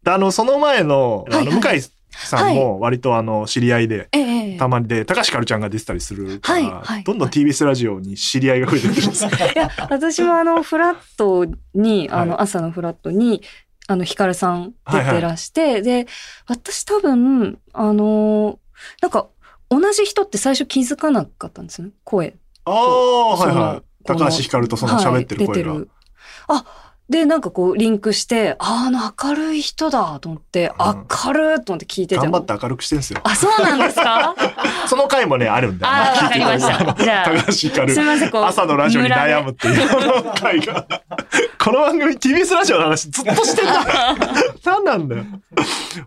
Speaker 1: あの、その前の、あ
Speaker 2: はい
Speaker 1: の、
Speaker 2: は
Speaker 1: 向井さんも割とあの、知り合いで、
Speaker 2: ええええ
Speaker 1: たまにで、高橋かるちゃんが出てたりするから、
Speaker 2: はいはい
Speaker 1: どんどん TBS ラジオに知り合いが増えてくる んですよ。
Speaker 2: いや、私もあの、フラットに、
Speaker 1: はい
Speaker 2: あの、朝のフラットに、あの、ヒカルさん出てらして、で、私多分、あの、なんか、同じ人って最初気づかなかったんですよね、声。
Speaker 1: ああ、はいはい。
Speaker 2: その
Speaker 1: 高橋ひかるとその喋ってる声が。
Speaker 2: はい出てるあ、で、なんかこう、リンクして、ああ、あの明るい人だと思って、
Speaker 1: うん
Speaker 2: 明るいと思って聞いてた
Speaker 1: 頑
Speaker 2: の
Speaker 1: 張って明るくしてんですよ。
Speaker 2: あ、そうなんです か
Speaker 1: その回もね、あるんだよね。
Speaker 2: あー
Speaker 1: 聞いてください
Speaker 2: わかりましたじゃあ
Speaker 1: 高橋ひかる
Speaker 2: す。みません、こう。
Speaker 1: 朝のラジオに悩むっていうこの回が。この番組 TBS ラジオの話ずっとしてんだ。何なんだよ。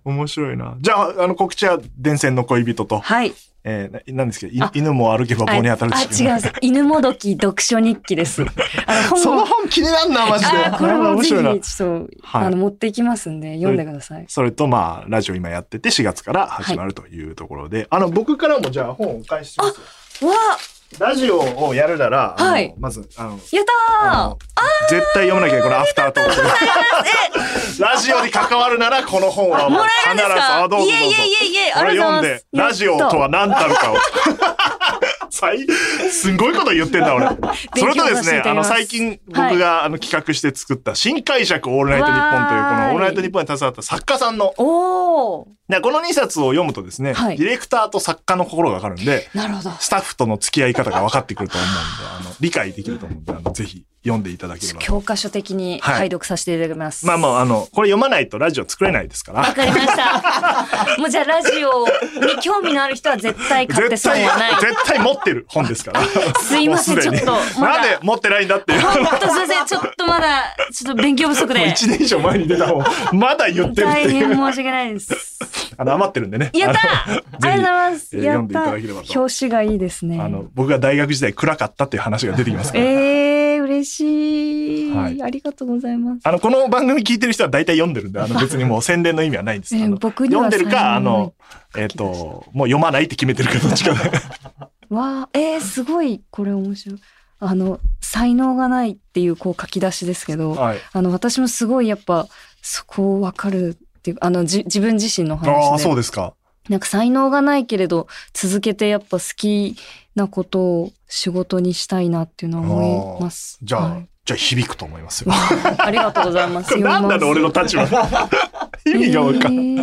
Speaker 1: 面白いな。じゃあ、あの告知は伝染の恋人と、
Speaker 2: はい。
Speaker 1: えー、ななんですけど、い
Speaker 2: あ
Speaker 1: 犬も歩けば棒に当たる
Speaker 2: あ、
Speaker 1: し
Speaker 2: 違うんです。犬もどき読書日 記です。あ
Speaker 1: そ
Speaker 2: の、本
Speaker 1: の
Speaker 2: を。
Speaker 1: 本気になんな、マジで。
Speaker 2: あー、これも
Speaker 1: 面
Speaker 2: ぜ
Speaker 1: 白いな
Speaker 2: ひ、。ちょっと、
Speaker 1: はい
Speaker 2: あの、持っていきますんで、読んでください。
Speaker 1: それとまあ、ラジオ今やってて4月から始まるというところで、あの、僕からもじゃあ本をお返ししますよ。
Speaker 2: わ
Speaker 1: ラジオをやるなら、あの
Speaker 2: はい
Speaker 1: まず、あの、
Speaker 2: ーや
Speaker 1: あ
Speaker 2: った
Speaker 1: の
Speaker 2: ー
Speaker 1: 絶対読まなきゃいけない、このアフタートーク。ラジオに関わるなら、この本はもう
Speaker 2: もらえる
Speaker 1: 必
Speaker 2: ん
Speaker 1: ず、
Speaker 2: です
Speaker 1: あ
Speaker 2: か
Speaker 1: どうぞどうぞ。
Speaker 2: いえいえいえいえ、
Speaker 1: こ
Speaker 2: あ
Speaker 1: れ
Speaker 2: りがとう
Speaker 1: 読ん
Speaker 2: ございます
Speaker 1: で、。ラジオとは何たるかを。最すんごいこと言ってんだ俺。それとで
Speaker 2: さ
Speaker 1: す
Speaker 2: せてい
Speaker 1: ね、
Speaker 2: た
Speaker 1: あの
Speaker 2: だきます
Speaker 1: 最近僕があの企画して作った新解釈オールナイトニッポンというこ
Speaker 2: わー
Speaker 1: の
Speaker 2: い
Speaker 1: オールナイトニッポンに携わった作家さんの
Speaker 2: おー、
Speaker 1: でこの2冊を読むとですね、
Speaker 2: はい
Speaker 1: ディレクターと作家の心がわかるんで、
Speaker 2: なるほど。
Speaker 1: スタッフとの付き合い方が分かってくると思うんで、あの、理解できると思うんで、あの、ぜひ読んでいただければ。
Speaker 2: 教科書的に
Speaker 1: はい
Speaker 2: 解読させていただきます。
Speaker 1: まあまあ、あの、これ読まないとラジオ作れないですか
Speaker 2: わ
Speaker 1: ら。
Speaker 2: かりました。 もうじゃあラジオに興味のある人は絶対買って
Speaker 1: 絶
Speaker 2: 損
Speaker 1: 対
Speaker 2: はない、。
Speaker 1: 絶対持ってる本ですから。
Speaker 2: すいません
Speaker 1: もうすでに
Speaker 2: ちょっとまだ
Speaker 1: なんで持ってないんだっていう。
Speaker 2: 本当すいません、ちょっとまだ、ちょっと勉強不足で。
Speaker 1: 1年以上前に出た本、まだ言ってるって
Speaker 2: 大
Speaker 1: い
Speaker 2: 変
Speaker 1: う。
Speaker 2: 申し訳な いです。
Speaker 1: あの、余ってるんでね。
Speaker 2: やった
Speaker 1: あの
Speaker 2: ーありがとうございます。
Speaker 1: えー
Speaker 2: や
Speaker 1: 読ん
Speaker 2: っ
Speaker 1: でいた
Speaker 2: た
Speaker 1: だければと
Speaker 2: ー表紙がいいですね。
Speaker 1: あの、僕が大学時代暗かったっていう話が出てきますから。
Speaker 2: えー、嬉しい,、
Speaker 1: はい
Speaker 2: ありがとうございます。
Speaker 1: あの、この番組聞いてる人は大体読んでるんで、あの、別にもう宣伝の意味はないんです。
Speaker 2: えー
Speaker 1: あの
Speaker 2: 僕には
Speaker 1: 読んでるか、あ
Speaker 2: 才能ない
Speaker 1: の、えっ、と、もう読まないって決めてるかどっち かで。
Speaker 2: わあ、えー、すごい、これ面白い。あの、才能がないっていう、こう書き出しですけど、
Speaker 1: はい。
Speaker 2: あの、私もすごいやっぱ、そこをわかるっていうか、あの、じ、自分自身の
Speaker 1: ああ、
Speaker 2: 話
Speaker 1: そう
Speaker 2: で。
Speaker 1: ですか。
Speaker 2: なんか才能がないけれど、続けてやっぱ好きなことを仕事にしたいなっていうのは思います。
Speaker 1: じゃあ、
Speaker 2: はい
Speaker 1: じゃあ響くと思いますよ。
Speaker 2: ありがとうございま す。
Speaker 1: なんなの俺の
Speaker 2: タ
Speaker 1: 立場。意味がわからん。意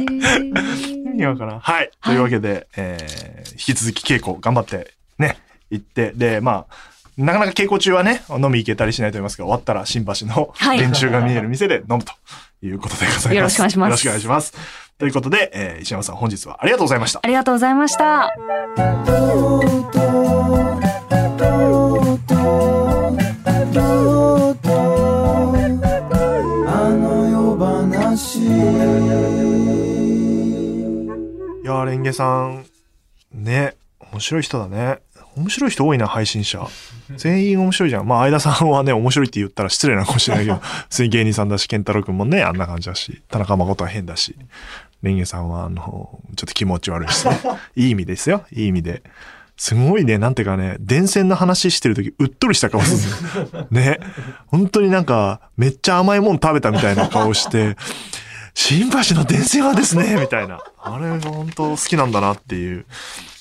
Speaker 1: 味がわ
Speaker 2: ん。
Speaker 1: からん。はい。というわけで、えー、引き続き稽古頑張って、ね、行って、で、まあ、なかなか稽古中はね、飲み行けたりしないと思いますが、終わったら新橋の
Speaker 2: はい
Speaker 1: 練習が見える店で 飲むということでございます。
Speaker 2: よろしくお願いします
Speaker 1: よろしくお願いします。ということで、えー、石山さん本日はありがとうございました。
Speaker 2: ありがとうございました。
Speaker 3: あの夜話
Speaker 1: いやー、レンゲさん、ね、面白い人だね。面白い人多いな、配信者。全員面白いじゃん。まあ、相田さんはね、面白いって言ったら失礼なのかもしれないけど、普通に芸人さんだし、健太郎くんもね、あんな感じだし、田中誠は変だし、レンゲさんは、あの、ちょっと気持ち悪いしね。いい意味ですよ、いい意味で。すごいね、なんていうかね、電線の話してるとき、うっとりした顔する。ね。本当になんか、めっちゃ甘いもん食べたみたいな顔して、新橋の電線はですね、 みたいな。あれが本当好きなんだなっていう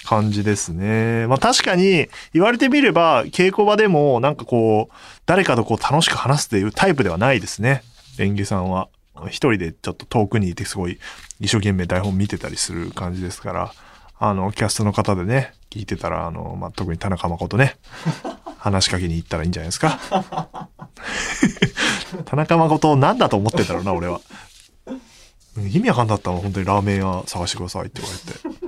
Speaker 1: 感じですね。まあ確かに言われてみれば稽古場でもなんかこう、誰かとこう楽しく話すっていうタイプではないですね。演技さんは。一人でちょっと遠くにいてすごい一生懸命台本見てたりする感じですから、あの、キャストの方でね、聞いてたら、あの、まあ、特に田中誠ね、話しかけに行ったらいいんじゃないですか。 田中誠を何だと思ってんだろうな、俺は。意味わかんなかったの本当にラーメン屋探してくださいって言われて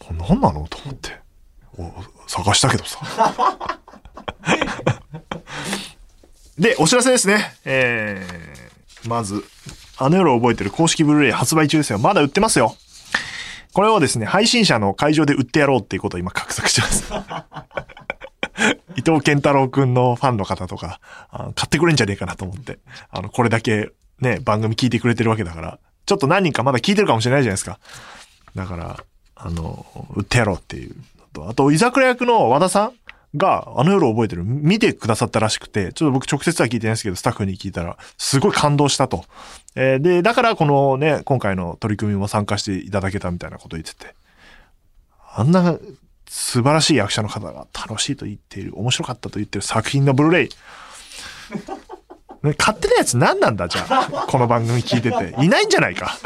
Speaker 1: これ何なのと思ってお探したけどさでお知らせですねえーまず「あの夜を覚えてる」公式ブルーレイ発売中ですよまだ売ってますよこれをですね配信者の会場で売ってやろうっていうことを今画策してます伊藤健太郎くんのファンの方とかあの買ってくれんじゃねえかなと思ってあのこれだけね番組聞いてくれてるわけだからちょっと何人かまだ聞いてるかもしれないじゃないですか。だから、あの、売ってやろうっていうのと、あと、居酒屋役の和田さんが、あの夜覚えてる、見てくださったらしくて、ちょっと僕直接は聞いてないですけど、スタッフに聞いたら、すごい感動したと。えーで、だからこのね、今回の取り組みも参加していただけたみたいなこと言ってて、あんな素晴らしい役者の方が楽しいと言っている、面白かったと言ってる作品のブルーレイ。ね勝手なやつ何なんだじゃあ、この番組聞いてて。いないんじゃないか。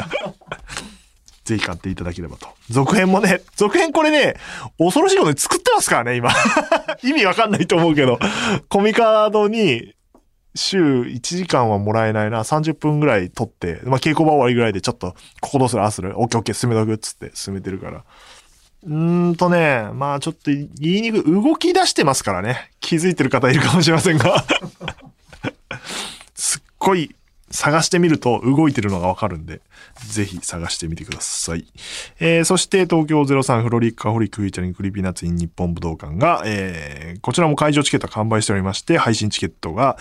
Speaker 1: ぜひ買っていただければと。続編もね、続編これね、恐ろしいことに作ってますからね、今。 意味わかんないと思うけど、コミカードに週1時間はもらえないな、30分ぐらい撮って、まあ稽古場終わりぐらいでちょっと、ここどうするああするオッケーオッケー進めとくっつって進めてるから。うーんとね、まあちょっと言いにくい、動き出してますからね。気づいてる方いるかもしれませんが。 すっごい探してみると動いてるのがわかるんで、ぜひ探してみてください。えーそして東京03フロリッカホリックフィーチャリングクリーピーナッツイン日本武道館が、えーこちらも会場チケットは完売しておりまして、配信チケットが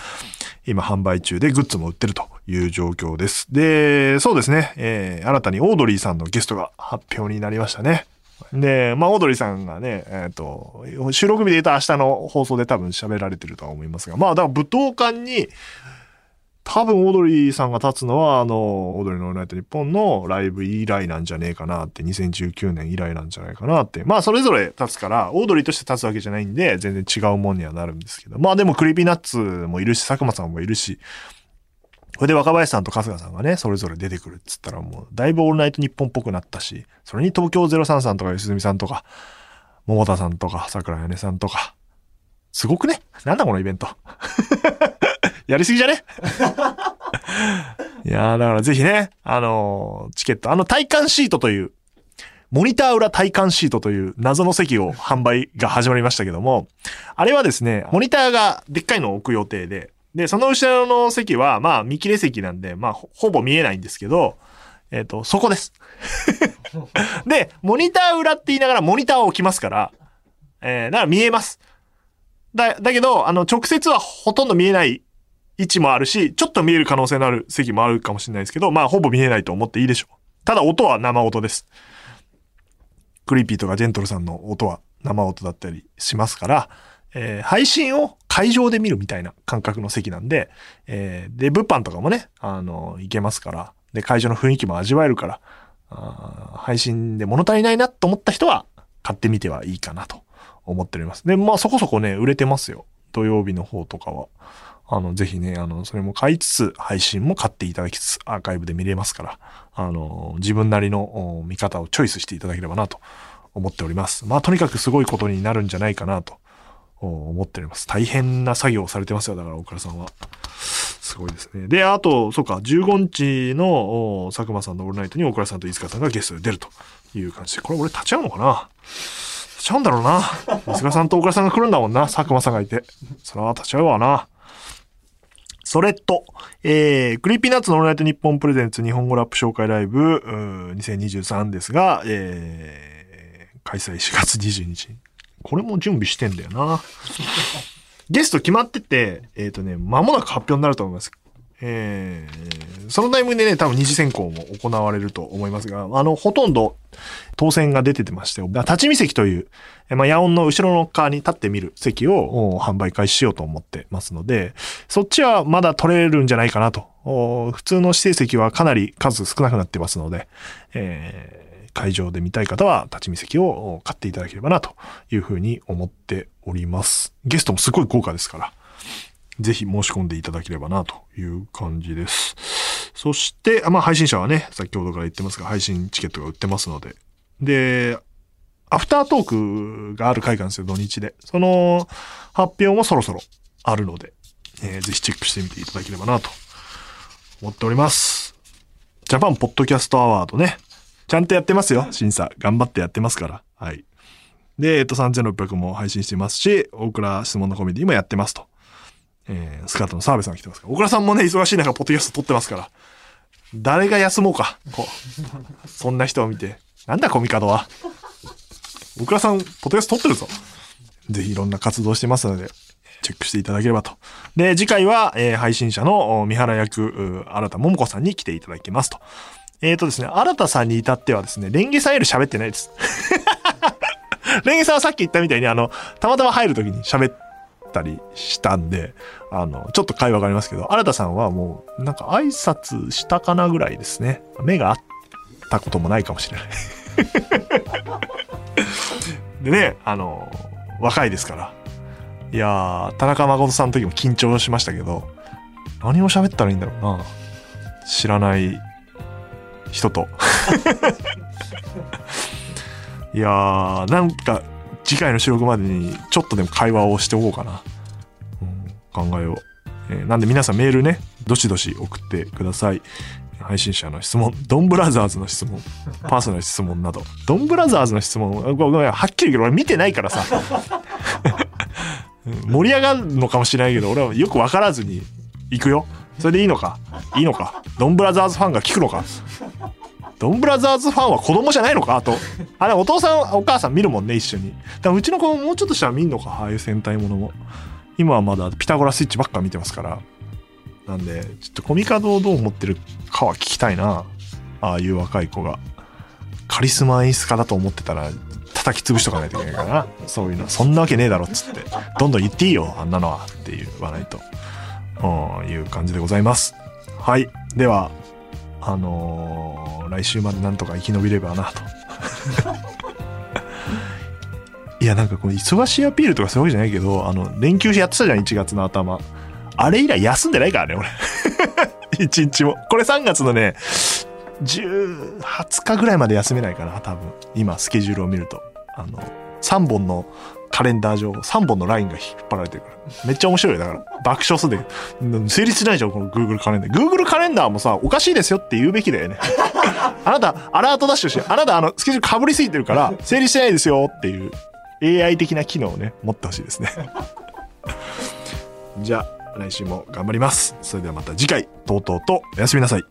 Speaker 1: 今販売中でグッズも売ってるという状況です。で、そうですね、えー新たにオードリーさんのゲストが発表になりましたね。で、まあ、オードリーさんがね、えっ、と、収録日で言うと明日の放送で多分喋られてるとは思いますが、まあ、だから武道館に、多分オードリーさんが立つのは、あの、オードリーのオールナイトニッポンのライブ以来なんじゃねえかなって、2019年以来なんじゃないかなって。まあ、それぞれ立つから、オードリーとして立つわけじゃないんで、全然違うもんにはなるんですけど。まあ、でも、クリーピーナッツもいるし、佐久間さんもいるし、これで若林さんと春日さんがね、それぞれ出てくるっつったらもう、だいぶオールナイト日本っぽくなったし、それに東京03さんとか良純さんとか、桃田さんとか、桜屋根さんとか、すごくねなんだこのイベント。 やりすぎじゃねいやー、だからぜひね、あのーチケット、あの体感シートという、モニター裏体感シートという謎の席を販売が始まりましたけども、あれはですね、モニターがでっかいのを置く予定で、で、その後ろの席は、まあ、見切れ席なんで、まあ、ほほぼ見えないんですけど、えっ、と、そこです。で、モニター裏って言いながらモニターを置きますから、えー、だから見えます。だ、だけど、あの、直接はほとんど見えない位置もあるし、ちょっと見える可能性のある席もあるかもしれないですけど、まあ、ほぼ見えないと思っていいでしょう。ただ、音は生音です。クリーピーとかジェントルさんの音は生音だったりしますから、えー配信を会場で見るみたいな感覚の席なんで、えーで、物販とかもね、あの、行けますから、で、会場の雰囲気も味わえるから、あー配信で物足りないなと思った人は、買ってみてはいいかなと思っております。で、まあそこそこね、売れてますよ。土曜日の方とかは。あの、ぜひね、あの、それも買いつつ、配信も買っていただきつつ、アーカイブで見れますから、あの、自分なりのお見方をチョイスしていただければなと思っております。まあ、とにかくすごいことになるんじゃないかなとお思っております。大変な作業をされてますよ、だから、大倉さんは。すごいですね。で、あと、そうか、15日のお佐久間さんのオールナイトに大倉さんと飯塚さんがゲストで出るという感じで、これ俺立ち会うのかな立ち会うんだろうな。 飯塚さんと大倉さんが来るんだもんな、佐久間さんがいて。それは立ち会うわな。それと、えー、クリーピーナッツのオールナイトニッポンプレゼンツ日本語ラップ紹介ライブうー2023ですが、えー、開催4月22日。これも準備してんだよな。 ゲスト決まってて、えっ、とね、間もなく発表になると思います。えー、そのタイミングでね、多分二次選考も行われると思いますが、あの、ほとんど当選が出ててまして、立ち見席という、えまあ、野音の後ろの側に立って見る席をお販売開始しようと思ってますので、そっちはまだ取れるんじゃないかなと。お普通の指定席はかなり数少なくなってますので、えー会場で見たい方は立ち見席をお買っていただければなというふうに思っております。ゲストもすごい豪華ですから、ぜひ申し込んでいただければなという感じです。そして、あまあ配信者はね、先ほどから言ってますが、配信チケットが売ってますので。で、アフタートークがある回なんですよ、土日で。その発表もそろそろあるので、えーぜひチェックしてみていただければなと思っております。ジャパンポッドキャストアワードね。ちゃんとやってますよ、審査。頑張ってやってますから。はい。で、えっと、3600も配信してますし、大倉質問のコメディもやってますと。えースカートの澤部さんが来てますから。大倉さんもね、忙しい中、ポッドキャスト撮ってますから。誰が休もうか。こう。そんな人を見て。なんだ、コミカドは。大倉さん、ポッドキャスト撮ってるぞ。ぜひいろんな活動してますので、チェックしていただければと。で、次回は、えー配信者のお三原役、う新田桃子さんに来ていただきますと。えーとですね、新田さんに至ってはですね、レンゲさんより喋ってないです。 レンゲさんはさっき言ったみたいに、あの、たまたま入るときに喋ったりしたんで、あの、ちょっと会話がありますけど、新田さんはもう、なんか挨拶したかなぐらいですね。目が合ったこともないかもしれない。 でね、あの、若いですから。いやー、田中誠さんの時も緊張しましたけど、何を喋ったらいいんだろうな。知らない人と。いやー、なんか次回の収録までにちょっとでも会話をしておこうかな。うん、考えを。えーなんで皆さんメールね、どしどし送ってください。配信者の質問、ドンブラザーズの質問、パーソナル質問など。ドンブラザーズの質問、ごごめん、はっきり言うけど俺見てないからさ。 うん盛り上がるのかもしれないけど、俺はよくわからずに行くよ。それでいいのかいいのかドンブラザーズファンが聞くのかドンブラザーズファンは子供じゃないのかあと。あれ、お父さん、お母さん見るもんね、一緒に。でもうちの子ももうちょっとしたら見んのか、ああいう戦隊ものも。今はまだピタゴラスイッチばっか見てますから。なんで、ちょっとコミカドをどう思ってるかは聞きたいな。ああいう若い子が。カリスマ演出家だと思ってたら、叩き潰しとかないといけないからな。そういうの。そんなわけねえだろ、っつって。どんどん言っていいよ、あんなのは。って言わないと。うん、いう感じでございます。はい。では、あのー来週までなんとか生き延びればなと。いや、なんかこの忙しいアピールとかそういうわけじゃないけど、あの、連休やってたじゃん、1月の頭。あれ以来休んでないからね、俺。1日 も。これ3月のね、10、20日ぐらいまで休めないかな、多分。今、スケジュールを見ると。あの、3本のカレンダー上、3本のラインが引っ張られてるから。めっちゃ面白いよ、だから。爆笑するんだけど成立しないじゃん、この Google カレンダー。Google カレンダーもさ、おかしいですよって言うべきだよね。 あなた、アラートダッシュして、あなた、あの、スケジュールかぶりすぎてるから、整理してないですよっていう、AI 的な機能をね、持ってほしいですね。 じゃあ、来週も頑張ります。それではまた次回、とうとうとおやすみなさい。